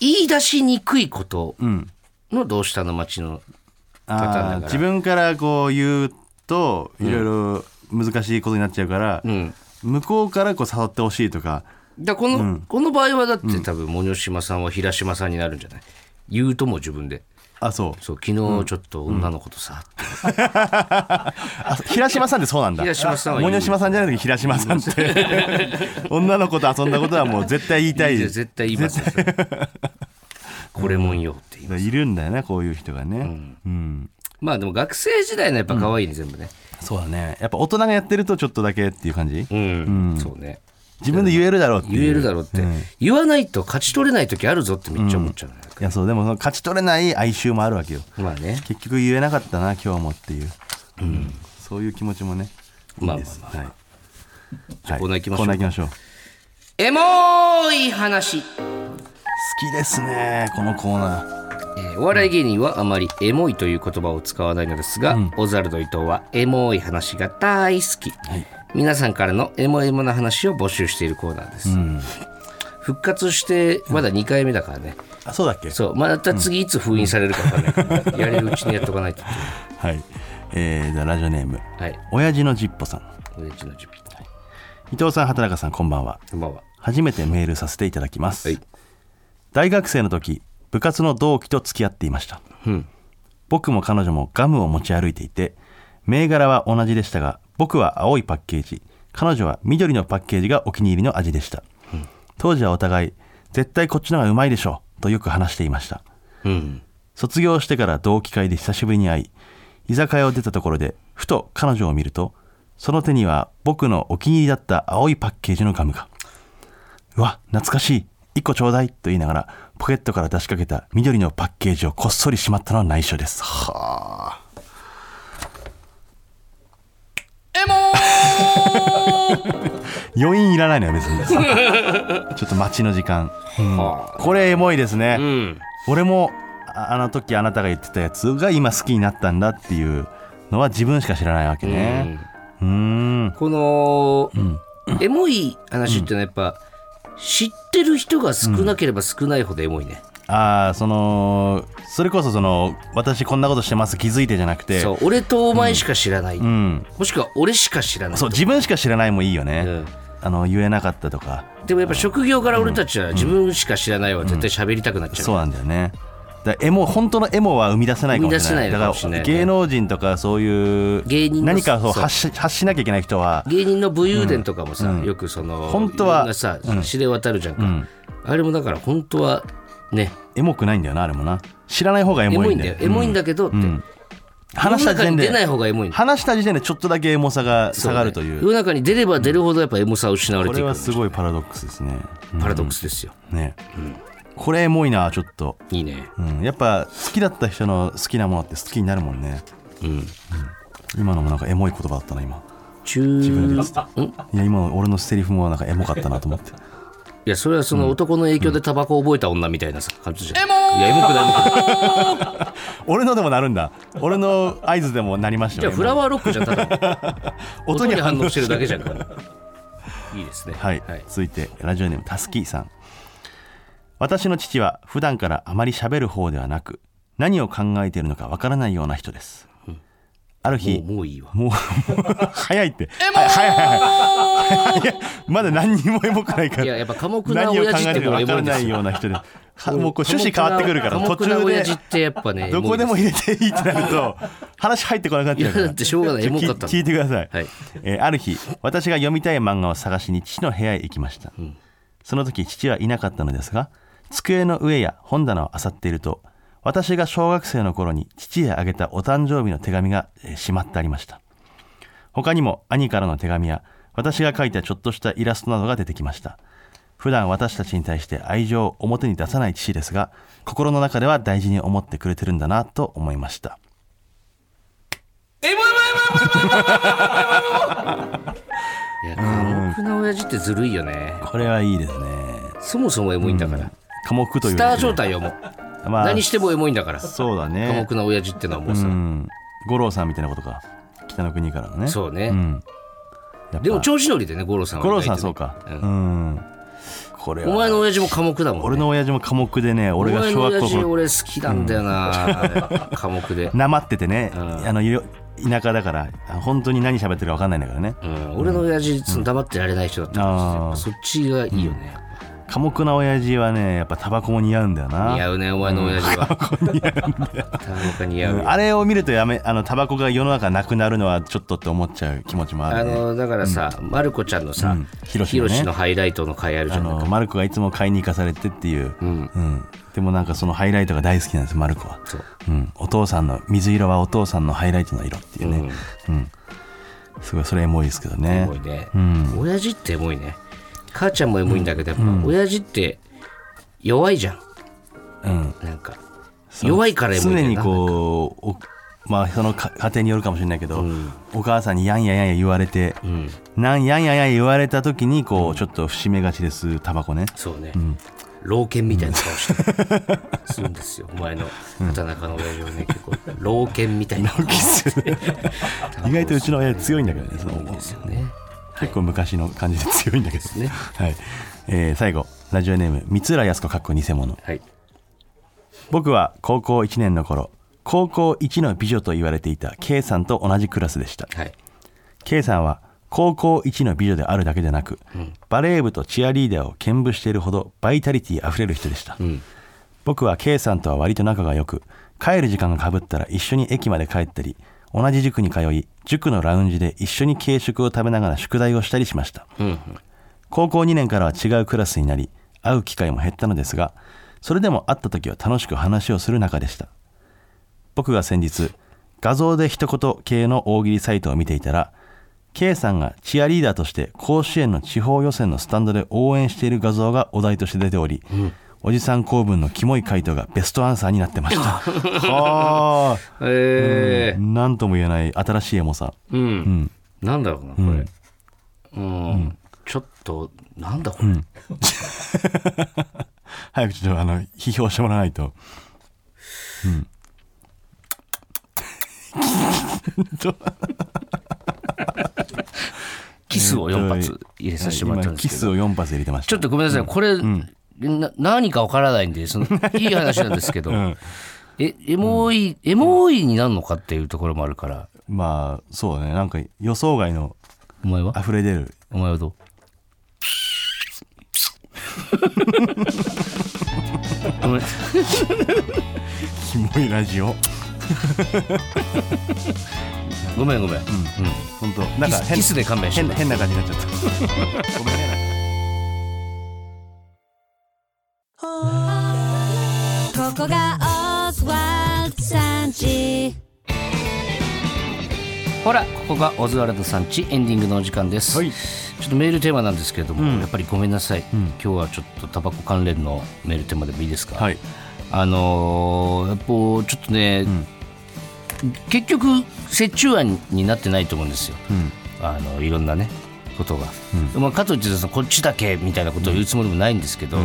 Speaker 2: 言い出しにくいこと
Speaker 3: うん
Speaker 2: のどうしたの町の
Speaker 3: あ
Speaker 2: パターンだか
Speaker 3: ー
Speaker 2: ら
Speaker 3: 自分からこう言うといろいろ難しいことになっちゃうから、
Speaker 2: ん
Speaker 3: 向こうからこう誘ってほしいとか
Speaker 2: だからこの、この場合はだって多分森島さんは平島さんになるんじゃない言うとも自分で
Speaker 3: あそう
Speaker 2: そう昨日ちょっと女の子とさ、って
Speaker 3: あ平島さんってそうなんだ
Speaker 2: 平島さんは言う
Speaker 3: 森島さんじゃなくて平島さんって 女の子と遊んだことはもう絶対言いたい
Speaker 2: いや絶対言いま すよそれこれもんよって言います、
Speaker 3: いるんだよねこういう人がね、うん
Speaker 2: まあでも学生時代のやっぱ可愛いね全部ね、
Speaker 3: そうだねやっぱ大人がやってるとちょっとだけっていう感じ
Speaker 2: うん、そうね
Speaker 3: 自分で言えるだろうっていう
Speaker 2: 言えるだろうって、
Speaker 3: んい
Speaker 2: 言わないと勝ち取れない時あるぞってめっちゃ思っちゃうね、
Speaker 3: やそうでもその勝ち取れない哀愁もあるわけよ
Speaker 2: まあね
Speaker 3: 結局言えなかったな今日もっていう、うん、そういう気持ちもねい
Speaker 2: まあ
Speaker 3: いです、
Speaker 2: ま
Speaker 3: はい
Speaker 2: ゃあコーナー行きましょう
Speaker 3: コーナー行きましょう好
Speaker 2: エモーい話、
Speaker 3: きですねこのコーナー
Speaker 2: えーお笑い芸人はあまりエモいという言葉を使わないのですが、オザルド伊藤はエモい話が大好き、皆さんからのエモエモな話を募集しているコーナーです、復活してまだ2回目だからね、
Speaker 3: あそうだっけ
Speaker 2: そうまた次いつ封印されるか分かんな いから、やれるうちにやっとかないといけな
Speaker 3: はいえー、じゃあラジオネーム
Speaker 2: いはい
Speaker 3: 親父のジッポさん
Speaker 2: これうちの準備
Speaker 3: 伊藤さん畑中さんこんばんは
Speaker 2: こんばんは
Speaker 3: 初めてメールさせていただきます、
Speaker 2: はい
Speaker 3: 大学生の時部活の同期と付き合っていました、
Speaker 2: うん
Speaker 3: 僕も彼女もガムを持ち歩いていて銘柄は同じでしたが僕は青いパッケージ彼女は緑のパッケージがお気に入りの味でした、当時はお互い絶対こっちの方がうまいでしょとよく話していました
Speaker 2: うん
Speaker 3: 卒業してから同期会で久しぶりに会い居酒屋を出たところでふと彼女を見るとその手には僕のお気に入りだった青いパッケージのガムがうわ懐かしい1個ちょうだいと言いながらポケットから出しかけた緑のパッケージをこっそりしまったのは内緒ですはあ
Speaker 2: エモ
Speaker 3: 余韻いらないのよ別に ちょっと待ちの時間
Speaker 2: ー
Speaker 3: これエモいですね、
Speaker 2: うん
Speaker 3: 俺もああの時あなたが言ってたやつが今好きになったんだっていうのは自分しか知らないわけねうーん
Speaker 2: この、エモい話ってのはやっぱ、知ってる人が少なければ少ないほどエモいね、
Speaker 3: ああそのそれこそその私こんなことしてます気づいてじゃなくて
Speaker 2: そう俺とお前しか知らない、
Speaker 3: うん
Speaker 2: もしくは俺しか知らない
Speaker 3: そう自分しか知らないもいいよね、
Speaker 2: うん
Speaker 3: あの言えなかったとか
Speaker 2: でもやっぱ職業から俺たちは自分しか知らないは絶対喋りたくなっちゃう、
Speaker 3: そうなんだよねだからエモ本当のエモは生み出せないかもしれない
Speaker 2: 生み出せないのかもしれ
Speaker 3: だか
Speaker 2: ない
Speaker 3: ら
Speaker 2: ね
Speaker 3: 芸能人とかそういう
Speaker 2: 芸人の
Speaker 3: 何かそう
Speaker 2: そう
Speaker 3: 発し発しなきゃいけない人は
Speaker 2: 芸人の武勇伝とかもさ、
Speaker 3: うん
Speaker 2: よくその
Speaker 3: 本当はい
Speaker 2: ろんなさ知れ渡るじゃんか、
Speaker 3: ん
Speaker 2: あれもだから本当はね
Speaker 3: エモくないんだよなあれもな知らない方がエ
Speaker 2: エ
Speaker 3: モ
Speaker 2: モ
Speaker 3: い
Speaker 2: い
Speaker 3: ん
Speaker 2: ん
Speaker 3: だ
Speaker 2: だ
Speaker 3: よ
Speaker 2: よエモいんだけどって、
Speaker 3: うん話した時点
Speaker 2: 世の中に出ない
Speaker 3: で
Speaker 2: 方がエモいんだ
Speaker 3: 話した時点でちょっとだけエモさが下がるとい
Speaker 2: 世
Speaker 3: う
Speaker 2: の中に出れば出るほどやっぱエモさを失われ
Speaker 3: こ
Speaker 2: てい
Speaker 3: れ
Speaker 2: く
Speaker 3: はすごいパラドックスですねうん
Speaker 2: パラドックスですよ、
Speaker 3: ねこれエモいなちょっと
Speaker 2: いいね
Speaker 3: うん、やっぱ好きだった人の好きなものって好きになるもんね、
Speaker 2: うん
Speaker 3: 今のもなんかエモい言葉だったな今
Speaker 2: 中ん
Speaker 3: いや今の俺のセリフもなんかエモかったなと思 って
Speaker 2: いやそれはその男の影響でタバコを覚えた女みたいなさ感じじゃん、いやエモくない
Speaker 3: 俺のでもなるんだ俺の合図でもなりました
Speaker 2: じゃ
Speaker 3: よ
Speaker 2: あフラワーロックじゃんただの
Speaker 3: エモ
Speaker 2: 音に反応してるだけじゃんいいですね
Speaker 3: はい、続いてラジオネームたすきさん私の父は普段からあまり喋る方ではなく何を考えているのかわからないような人です、ある日
Speaker 2: もうもういいわ
Speaker 3: もう、もう早いって。はいはいはいはい。いやまだ何にもエモくないから。
Speaker 2: いややっぱ寡黙な
Speaker 3: 何を
Speaker 2: 親
Speaker 3: 考
Speaker 2: 父っ
Speaker 3: え
Speaker 2: て
Speaker 3: て
Speaker 2: の
Speaker 3: も
Speaker 2: はエ
Speaker 3: 分か
Speaker 2: モ
Speaker 3: ら
Speaker 2: い
Speaker 3: な
Speaker 2: んです
Speaker 3: い
Speaker 2: よ
Speaker 3: ような人で。はもうこう趣旨変わってくるから、
Speaker 2: 寡
Speaker 3: 途
Speaker 2: 黙な
Speaker 3: 中
Speaker 2: 親
Speaker 3: で
Speaker 2: 父。ってやっぱね
Speaker 3: どこでも
Speaker 2: エモい
Speaker 3: 入れていいってなる と、話入ってこなくなっちゃうから。
Speaker 2: いやだってしょうがない
Speaker 3: ちょ
Speaker 2: エモかったもん
Speaker 3: 聞いてください。
Speaker 2: はい
Speaker 3: えーある日、私が読みたい漫画を探しに父の部屋へ行きました。その時、父はいなかったのですが、机の上や本棚を漁っていると、私が小学生の頃に父へあげたお誕生日の手紙が、えーしまってありました。他にも兄からの手紙や私が書いたちょっとしたイラストなどが出てきました普段私たちに対して愛情を表に出さない父ですが心の中では大事に思ってくれてるんだなと思いました
Speaker 2: エモいエモいエモいエモいエモいエモいエモいいや寡黙な親父ってずるいよね
Speaker 3: これはいいですね
Speaker 2: そもそもエモいんだから、
Speaker 3: 寡黙という
Speaker 2: スター状態よもう、
Speaker 3: まあ
Speaker 2: 何してもエモいんだから
Speaker 3: そうだ
Speaker 2: 寡
Speaker 3: ね
Speaker 2: 黙な親父ってのはもうさ、
Speaker 3: うん五郎さんみたいなことか北の国からのね
Speaker 2: そうね、
Speaker 3: んやっぱ
Speaker 2: でも調子乗りでね五郎さんは
Speaker 3: 五郎
Speaker 2: 意外とね
Speaker 3: さんそうか
Speaker 2: う
Speaker 3: うんんこれは
Speaker 2: お前の親父も寡黙だもん、ね、
Speaker 3: 俺の親父も寡黙でね俺が小
Speaker 2: お前の
Speaker 3: 学校
Speaker 2: 親
Speaker 3: の
Speaker 2: 父
Speaker 3: 頃
Speaker 2: 俺好きなんだよな、あれ寡黙で、
Speaker 3: なまっててね
Speaker 2: ん
Speaker 3: あのよ田舎だから本当に何喋ってるか分かんないんだからね
Speaker 2: うん、俺の親父その黙ってられない人だった
Speaker 3: あ
Speaker 2: か
Speaker 3: ー
Speaker 2: らそっちがいいよね、
Speaker 3: 寡黙な親父はねやっぱタバコも似合うんだよな
Speaker 2: 似合うねお前の親父は、タバコ似合う
Speaker 3: うん
Speaker 2: よ
Speaker 3: あれを見るとやめあのタバコが世の中なくなるのはちょっとって思っちゃう気持ちもあ
Speaker 2: あ
Speaker 3: るね
Speaker 2: のだからさ、まる子ちゃんのさ、
Speaker 3: うんヒロシ
Speaker 2: ヒ
Speaker 3: の
Speaker 2: ロ
Speaker 3: ね
Speaker 2: シのハイライトの回あるじ
Speaker 3: あ
Speaker 2: ゃん
Speaker 3: のマルコがいつも買いに行かされてっていう、
Speaker 2: うん
Speaker 3: うんでもなんかそのハイライトが大好きなんですマルコは
Speaker 2: そう、
Speaker 3: うん、お父さんの水色はお父さんのハイライトの色っていうね、うんすごいそれエモいですけど
Speaker 2: エ
Speaker 3: ね
Speaker 2: モいね、
Speaker 3: うん
Speaker 2: 親父ってエモいね母ちゃんもエモいんだけどやっぱ、親父って弱いじゃん
Speaker 3: うん
Speaker 2: なんか
Speaker 3: そう
Speaker 2: 弱いからエモいんだ
Speaker 3: 常
Speaker 2: よ
Speaker 3: に
Speaker 2: な
Speaker 3: こうおまあその家家庭によるかもしれないけど、
Speaker 2: うん
Speaker 3: お母さんにやんややんや言われて、
Speaker 2: うん
Speaker 3: なんやんややんや言われた時にこうちょっと節目がちですタバコね
Speaker 2: そうね、老犬みたいな顔してるするん ですよお前の畑中の親父はね結構老犬みたいな顔してる
Speaker 3: 意外とうちの親強いんだけどねその
Speaker 2: いいですよね
Speaker 3: 結構昔の感じで強いんだけど
Speaker 2: ね
Speaker 3: はい、えー最後ラジオネーム三浦靖子かっこ偽物
Speaker 2: はい
Speaker 3: 僕は高校1年の頃高校一の美女と言われていた K さんと同じクラスでした
Speaker 2: はい
Speaker 3: K さんは高校一の美女であるだけでなく、バレー部とチアリーダーを兼務しているほどバイタリティあふれる人でした、
Speaker 2: ん
Speaker 3: 僕は K さんとは割と仲が良く帰る時間がかぶったら一緒に駅まで帰ったり同じ塾に通い塾のラウンジで一緒に軽食を食べながら宿題をしたりしました、
Speaker 2: うん
Speaker 3: 高校2年からは違うクラスになり会う機会も減ったのですがそれでも会った時は楽しく話をする仲でした僕が先日画像で一言系の大喜利サイトを見ていたら K さんがチアリーダーとして甲子園の地方予選のスタンドで応援している画像がお題として出ており、おじさん公文のキモい回答がベストアンサーになってましたはあ
Speaker 2: え
Speaker 3: 何とも言えない新しいエモさ
Speaker 2: ー、うん、
Speaker 3: うん
Speaker 2: なんだろうなこれうん、ちょっとなんだこれ、
Speaker 3: 早くちょっとあの批評してもらわないと、うん、ちょ
Speaker 2: キスを4発入れさせてもらったん
Speaker 3: 今
Speaker 2: で
Speaker 3: キ
Speaker 2: すけど
Speaker 3: スを4発入れてました
Speaker 2: ちょっとごめんなさい、これ、な何かわからないんで、その、いい話なんですけど、
Speaker 3: ん
Speaker 2: え、エモい、エモいになるのかっていうところもあるから、
Speaker 3: まあそうねなんか予想外の
Speaker 2: お前は
Speaker 3: 溢れ出る
Speaker 2: お前は どうごめん
Speaker 3: キモいラジオ
Speaker 2: ごめんごめん、
Speaker 3: 本当なん
Speaker 2: キ
Speaker 3: か
Speaker 2: スキスで勘弁して
Speaker 3: 変
Speaker 2: も
Speaker 3: な
Speaker 2: らう
Speaker 3: 変な感じになっちゃったごめんね
Speaker 4: ここがオズワルドさんち
Speaker 2: ほらここがオズワルドさんちエンディングのお時間です、
Speaker 3: はい
Speaker 2: ちょっとメールテーマなんですけれども、やっぱりごめんなさい、今日はちょっとタバコ関連のメールテーマでもいいですか、
Speaker 3: はい
Speaker 2: あのーやっぱちょっとね、結局折衷案になってないと思うんですよ、
Speaker 3: うん
Speaker 2: あのいろんなねことが、まあ、かといってそのこっちだけみたいなことを言うつもりもないんですけど、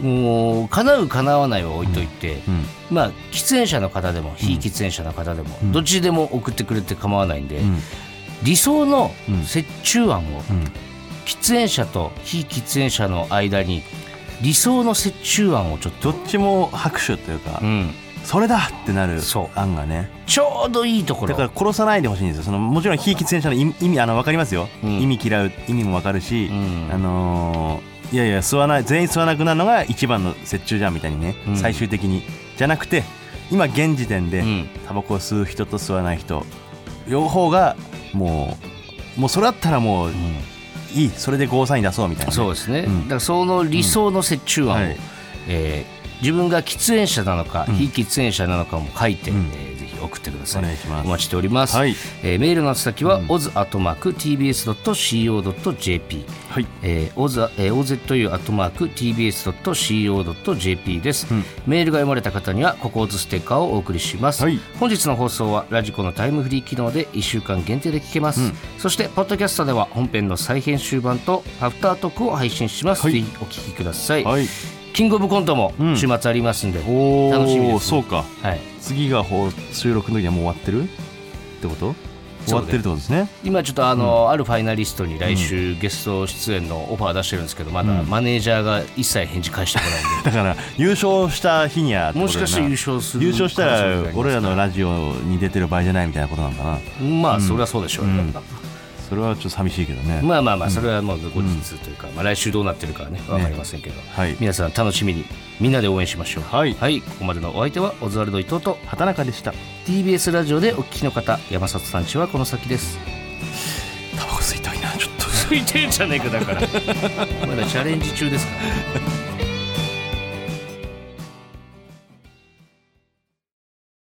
Speaker 2: もう叶う叶わないは置いといて、
Speaker 3: うん
Speaker 2: まあ、喫煙者の方でも非喫煙者の方でも、どっちでも送ってくれて構わないんで、
Speaker 3: ん
Speaker 2: 理想の折衷案を、
Speaker 3: ん
Speaker 2: 喫煙者と非喫煙者の間に理想の折衷案をちょっと、
Speaker 3: どっちも拍手というか、
Speaker 2: うん、
Speaker 3: それだってなる
Speaker 2: そう
Speaker 3: 案がね
Speaker 2: ちょうどいいとこ
Speaker 3: だから
Speaker 2: ろ
Speaker 3: 殺さないでほしいんですよそのもちろん非喫煙者の意味意味あの分かりますよ、
Speaker 2: うん
Speaker 3: 意味嫌う意味も分かるし、
Speaker 2: ん
Speaker 3: あのーいやいや吸わない全員吸わなくなるのが一番の折衷じゃんみたいにね、
Speaker 2: うん
Speaker 3: 最終的にじゃなくて今現時点で、
Speaker 2: うん
Speaker 3: タバコを吸う人と吸わない人両方がもうもうそれだったらもう、いいそれでゴーサイン出そうみたいなね、
Speaker 2: そうですね、
Speaker 3: うん
Speaker 2: だからその理想の折衷案を、
Speaker 3: うんはい
Speaker 2: えー自分が喫煙者なのか、非喫煙者なのかも書いて、
Speaker 3: うん
Speaker 2: えーぜひ送ってください
Speaker 3: お願いします
Speaker 2: お待ちしております、
Speaker 3: はい
Speaker 2: えーメールの宛先は、o z oz.tbs.co.jp
Speaker 3: はい
Speaker 2: えー、oz- えー ozu.tbs.co.jp です、メールが読まれた方にはココーズステッカーをお送りします、
Speaker 3: はい
Speaker 2: 本日の放送はラジコのタイムフリー機能で1週間限定で聞けます、そしてポッドキャストでは本編の再編集版とアフタートークを配信します、
Speaker 3: はい
Speaker 2: ぜひお聞きください、
Speaker 3: はい
Speaker 2: キングオブコントも
Speaker 3: うん
Speaker 2: 週末ありますんで、
Speaker 3: おー
Speaker 2: 楽しみです
Speaker 3: そ
Speaker 2: ね
Speaker 3: うか
Speaker 2: はい、
Speaker 3: 次が放収録の時はもう終わってるってこと終わってるってことですね
Speaker 2: 今ちょっとあの、あるファイナリストに来週ゲスト出演のオファー出してるんですけどまだマネージャーが一切返事返してこないん
Speaker 3: だ
Speaker 2: で、
Speaker 3: から優勝した日にはってこ
Speaker 2: も
Speaker 3: と
Speaker 2: し
Speaker 3: だよ
Speaker 2: か
Speaker 3: な
Speaker 2: して優勝する
Speaker 3: 優勝した
Speaker 2: 可能性があ
Speaker 3: ら
Speaker 2: ります
Speaker 3: 俺らのラジオに出てる場合じゃないみたいなことなんかな
Speaker 2: まあそれはそうでしょう、ね
Speaker 3: うんそれはちょっと寂しいけどね、
Speaker 2: まあまあまあそれはもう後日というか、まあ、来週どうなってるかはね分かりませんけど、
Speaker 3: はい
Speaker 2: 皆さん楽しみにみんなで応援しましょう
Speaker 3: はい
Speaker 2: ここまでのお相手はオズワルド伊藤と
Speaker 3: 畑中でした
Speaker 2: TBS ラジオでお聞きの方山里さんちはこの先です
Speaker 3: タバコ吸いたいなちょっと
Speaker 2: ついてんじゃねえかだからまだチャレンジ中ですから